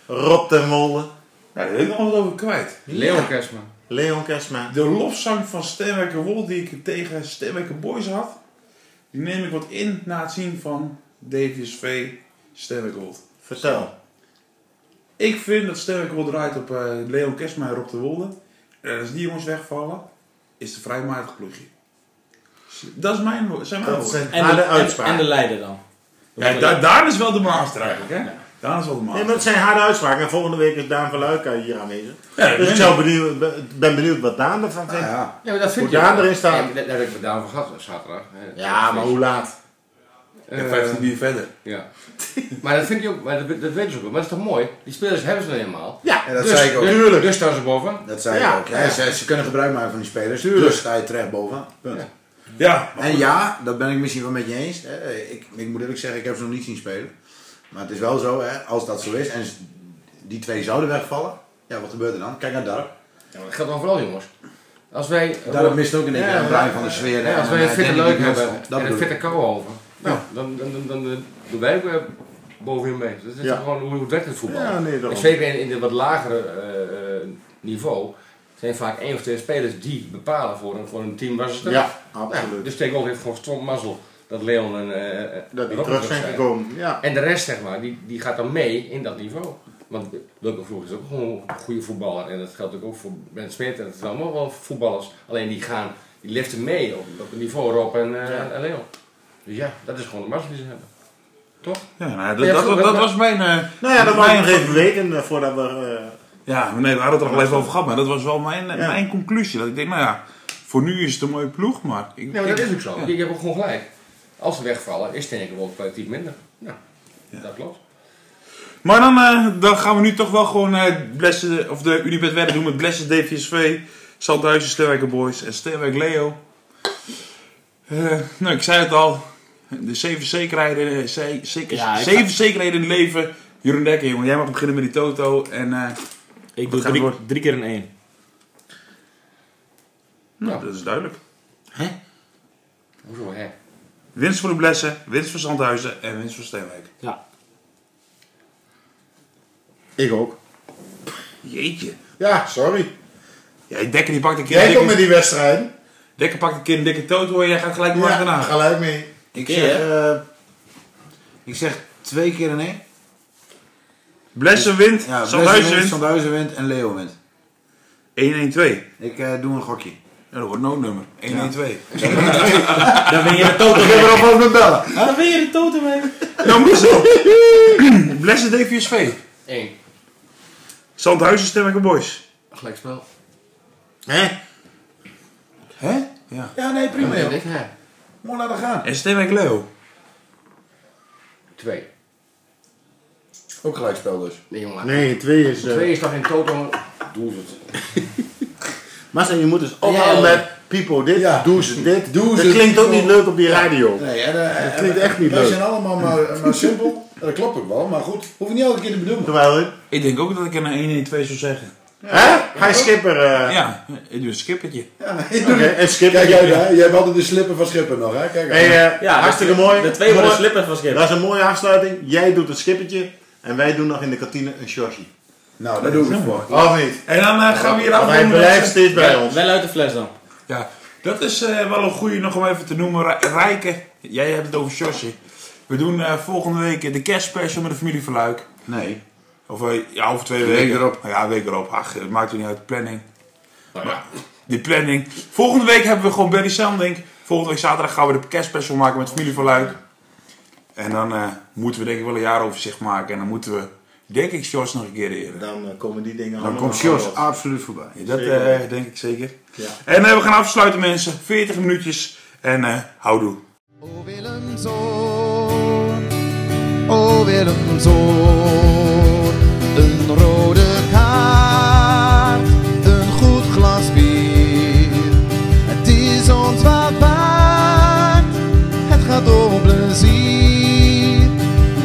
[SPEAKER 4] Rob ten Molde,
[SPEAKER 2] Nou, daar heb ik nog wat over kwijt.
[SPEAKER 6] Leon Kersman.
[SPEAKER 4] Leon Kersma.
[SPEAKER 2] De lofzang van Sterwerker Wol die ik tegen Sterwerker Boys had, die neem ik wat in na het zien van DVSV Sterwerker Wol.
[SPEAKER 4] Vertel.
[SPEAKER 2] Ik vind dat Sterwerker Wol draait op eh Leon Kesma en Rob de Wolde. En als die jongens wegvallen, is het een vrij matig ploegje. Dat is mijn, wo- zijn mijn
[SPEAKER 4] Dat is
[SPEAKER 2] woorden.
[SPEAKER 4] een
[SPEAKER 5] En de,
[SPEAKER 4] harde
[SPEAKER 5] en,
[SPEAKER 4] Ah, uitspraak.
[SPEAKER 5] en de leider dan.
[SPEAKER 2] Ja, da Daan is wel de master eigenlijk, hè? Daan is wel de
[SPEAKER 4] Nee,
[SPEAKER 2] master.
[SPEAKER 4] maar het zijn harde uitspraken. En volgende week is Daan van Luik hier aanwezig.
[SPEAKER 2] Ja,
[SPEAKER 4] dus
[SPEAKER 2] ik
[SPEAKER 4] ik zou benieuwd, ben benieuwd wat Daan ervan vindt.
[SPEAKER 3] ja.
[SPEAKER 6] Ja, maar dat vind
[SPEAKER 4] Moet Daan erin staan?
[SPEAKER 6] Ja, daar daar heb ik het daarover gehad eh, zaterdag. hè.
[SPEAKER 4] Ja, maar hoe laat?
[SPEAKER 6] Eh,
[SPEAKER 2] En 15 uur verder.
[SPEAKER 6] Ja. maar dat vind je ook, maar dat, dat weten ze ook wel. Maar dat is toch mooi? Die spelers hebben ze nou eenmaal.
[SPEAKER 4] Ja,
[SPEAKER 3] En dat
[SPEAKER 6] dus,
[SPEAKER 3] zei ik ook.
[SPEAKER 6] Dus, dus staan ze boven.
[SPEAKER 3] Dat zei
[SPEAKER 4] Ja,
[SPEAKER 3] ik ook. hè.
[SPEAKER 4] ja.
[SPEAKER 3] Ze, ze kunnen gebruik maken van die spelers. Dus sta je terecht boven. Punt.
[SPEAKER 2] Ja,
[SPEAKER 3] En ja, dat ben ik misschien wel met je eens. Eh, Ik, ik moet eerlijk zeggen, ik heb ze nog niet zien spelen. Maar het is wel zo, hè, als dat zo is en s- die twee zouden wegvallen, ja, wat gebeurt er dan? Kijk naar Dark.
[SPEAKER 6] Ja, maar dat geldt dan vooral, jongens. Als wij...
[SPEAKER 3] Dark mist ook in één keer
[SPEAKER 4] Ja,
[SPEAKER 3] een brein van de sfeer. hè,
[SPEAKER 6] Ja, als
[SPEAKER 3] en
[SPEAKER 6] wij het
[SPEAKER 3] dan, eh,
[SPEAKER 6] fitte
[SPEAKER 3] denk
[SPEAKER 6] leuk
[SPEAKER 3] ik dat
[SPEAKER 6] hebben
[SPEAKER 3] mensen- Dat
[SPEAKER 6] en een
[SPEAKER 3] bedoel
[SPEAKER 6] fitte
[SPEAKER 3] ik.
[SPEAKER 6] kou over, nou, dan, dan, dan, dan, eh, doen wij ook eh, bovenin mee. Dus Dat is
[SPEAKER 4] Ja.
[SPEAKER 6] gewoon hoe het werkt in het voetbal.
[SPEAKER 4] Ja, nee, daarom.
[SPEAKER 6] en zeker in, in het wat lagere eh, eh, niveau zijn vaak één of twee spelers die bepalen voor een, voor een team waar ze staan.
[SPEAKER 4] Ja,
[SPEAKER 6] Ja,
[SPEAKER 4] absoluut.
[SPEAKER 6] dus Tegold heeft gewoon stom mazzel dat Leon en eh, eh
[SPEAKER 4] dat die
[SPEAKER 6] Robben
[SPEAKER 4] terug zijn gekomen. Ja.
[SPEAKER 6] En de rest, zeg maar, die, die gaat dan mee in dat niveau. Want Wilco Vroeg is ook gewoon een goede voetballer. En dat geldt ook voor Ben Smit. En dat zijn allemaal wel voetballers. Alleen die gaan, die liften mee op, op het niveau Rob en, eh,
[SPEAKER 4] Ja.
[SPEAKER 6] en Leon. Dus ja, dat is gewoon de massa die ze hebben.
[SPEAKER 2] ja nou, dat, dat, dat, dat was mijn... eh,
[SPEAKER 4] Nou ja, dat was
[SPEAKER 2] mijn
[SPEAKER 4] nog even weken eh, voordat we... eh,
[SPEAKER 2] Ja, nee, we hadden het er al even over gehad, maar dat was wel mijn,
[SPEAKER 4] Ja.
[SPEAKER 2] mijn conclusie. Dat ik denk, nou ja, voor nu is het een mooie ploeg, maar... Ik,
[SPEAKER 6] Nee, maar dat
[SPEAKER 2] ik-
[SPEAKER 6] is ook zo. Je, je hebt ook gewoon gelijk. Als ze wegvallen, is Teneke wel kwalitatief minder. Ja, dat klopt.
[SPEAKER 2] Maar dan, eh, dan gaan we nu toch wel gewoon eh blessen, of de Unibet wedden doen met Blessed DVSV, Zandhuizen, Sterwijker Boys en Sterwijk Leo. Eh, nou, ik zei het al, de zeven zekerheden, eh, ze- zeker,
[SPEAKER 5] Ja, ik ga-
[SPEAKER 2] zeven zekerheden in het leven. Jeroen Dekker, jongen, jij mag beginnen met die Toto en eh,
[SPEAKER 5] Ik doe
[SPEAKER 2] gaan
[SPEAKER 5] drie,
[SPEAKER 2] door.
[SPEAKER 5] drie keer een één.
[SPEAKER 2] nou, dat is duidelijk.
[SPEAKER 6] Hoezo, hè?
[SPEAKER 2] Winst voor de Blessen, winst voor Zandhuizen en winst voor Steenwijk.
[SPEAKER 5] Ja.
[SPEAKER 4] Ik ook.
[SPEAKER 2] Jeetje.
[SPEAKER 4] Ja, sorry.
[SPEAKER 2] Ja, Dekker die pakt een keer
[SPEAKER 4] Jij
[SPEAKER 2] een
[SPEAKER 4] komt
[SPEAKER 2] dikke,
[SPEAKER 4] met die wedstrijd.
[SPEAKER 2] Dekker pakt een keer een dikke toto en jij gaat gelijk maar
[SPEAKER 4] Ja,
[SPEAKER 2] achterna.
[SPEAKER 4] gelijk mee.
[SPEAKER 3] Ik
[SPEAKER 5] Oké,
[SPEAKER 3] zeg,
[SPEAKER 5] hè?
[SPEAKER 3] eh, ik zeg twee keer nee.
[SPEAKER 2] Blessen wint,
[SPEAKER 3] Ja,
[SPEAKER 2] Zandhuizen
[SPEAKER 3] Wesley
[SPEAKER 2] wint,
[SPEAKER 3] Sandhuizen wint en Leo wint.
[SPEAKER 2] 1-1-2.
[SPEAKER 3] Ik eh, doe een gokje.
[SPEAKER 2] Ja, dat wordt noodnummer. 112.
[SPEAKER 5] Dan ben je de toto
[SPEAKER 3] Ik heb erop over mijn bellen.
[SPEAKER 5] Dan ben je de toto mee.
[SPEAKER 2] Nou, Marcel. Blessed DVSV.
[SPEAKER 6] Eén.
[SPEAKER 2] Zandhuizen Sterke Boys.
[SPEAKER 6] Gelijkspel.
[SPEAKER 4] Hè?
[SPEAKER 2] Hè? Ja.
[SPEAKER 3] Ja, nee, prima.
[SPEAKER 6] Nee,
[SPEAKER 3] joh.
[SPEAKER 6] ik, hè?
[SPEAKER 3] Moet laten gaan.
[SPEAKER 2] En Sterke Leo.
[SPEAKER 6] Twee.
[SPEAKER 3] Ook gelijkspel dus.
[SPEAKER 6] Nee, jongen.
[SPEAKER 4] Nee, twee is... eh,
[SPEAKER 6] Twee is toch in totaal... Doe het.
[SPEAKER 4] Maar zeg, je moet dus ook
[SPEAKER 6] Ja,
[SPEAKER 4] al
[SPEAKER 6] ja.
[SPEAKER 4] met Pipo dit,
[SPEAKER 3] Ja.
[SPEAKER 4] doe ze dit.
[SPEAKER 3] Doe
[SPEAKER 4] dat
[SPEAKER 3] ze
[SPEAKER 4] klinkt ook
[SPEAKER 3] Pipo.
[SPEAKER 4] niet leuk op die radio.
[SPEAKER 3] Nee, en, eh,
[SPEAKER 4] Dat klinkt echt niet
[SPEAKER 3] wij
[SPEAKER 4] leuk.
[SPEAKER 3] zijn allemaal maar, maar simpel. Dat klopt ook wel, maar goed. Hoef je niet elke keer te bedoelen.
[SPEAKER 4] Terwijl,
[SPEAKER 2] Ik denk ook dat ik er een 112 zou zeggen.
[SPEAKER 4] hè? Hij skipper. eh
[SPEAKER 2] Ja, ik doe een skippertje.
[SPEAKER 3] Ja, nee, doe
[SPEAKER 4] Oké,
[SPEAKER 3] niet.
[SPEAKER 4] en skipper.
[SPEAKER 3] Kijk jij daar, jij hebt altijd de slippen van Schipper nog, hè? Kijk
[SPEAKER 4] Hey, eh,
[SPEAKER 5] Ja,
[SPEAKER 4] hartstikke
[SPEAKER 5] de-
[SPEAKER 4] mooi.
[SPEAKER 5] De twee worden
[SPEAKER 4] Mooi.
[SPEAKER 5] slippers van Schip.
[SPEAKER 4] Dat is een mooie afsluiting. Jij doet een skippertje. En wij doen nog in de kantine een shortje.
[SPEAKER 3] nou, daar doe ik het voor.
[SPEAKER 4] Of niet?
[SPEAKER 2] En dan eh, gaan we hier
[SPEAKER 4] Want hij
[SPEAKER 2] afronden.
[SPEAKER 4] blijft steeds bij ons.
[SPEAKER 5] Wel uit de fles dan.
[SPEAKER 2] Ja, dat is eh, wel een goede nog om even te noemen. Ra- Rijken, jij hebt het over Josje. We doen eh, volgende week de kerstspecial met de familie van Luik.
[SPEAKER 3] Nee.
[SPEAKER 2] Of, eh, ja, over twee
[SPEAKER 3] Week
[SPEAKER 2] weken.
[SPEAKER 3] erop.
[SPEAKER 2] Ja, week erop. Ach, het maakt toch niet uit. Planning.
[SPEAKER 6] Nou ja,
[SPEAKER 2] Die planning. Volgende week hebben we gewoon Barry Sanding. Volgende week zaterdag gaan we de kerstspecial maken met familie van Luik. En dan eh, moeten we denk ik wel een jaaroverzicht maken. En dan moeten we, denk ik, Sjors nog een keer eren.
[SPEAKER 4] Dan eh, komen die dingen
[SPEAKER 3] Dan
[SPEAKER 4] allemaal
[SPEAKER 3] komt
[SPEAKER 4] nog
[SPEAKER 3] Sjors
[SPEAKER 4] los.
[SPEAKER 3] absoluut voorbij.
[SPEAKER 2] Ja, Dat
[SPEAKER 4] Zeker.
[SPEAKER 2] eh, denk ik zeker.
[SPEAKER 4] Ja.
[SPEAKER 2] En eh, we gaan afsluiten mensen. 40 minuutjes. En eh houdoe.
[SPEAKER 1] O Willemzoon, o Willemzoon, een rode kaart, een goed glas bier. Het is ons wat waard, het gaat om plezier.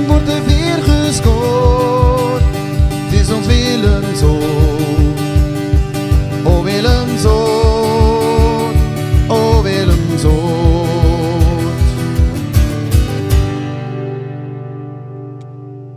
[SPEAKER 1] Wordt er weer gescoord, het is ons Willemzoon.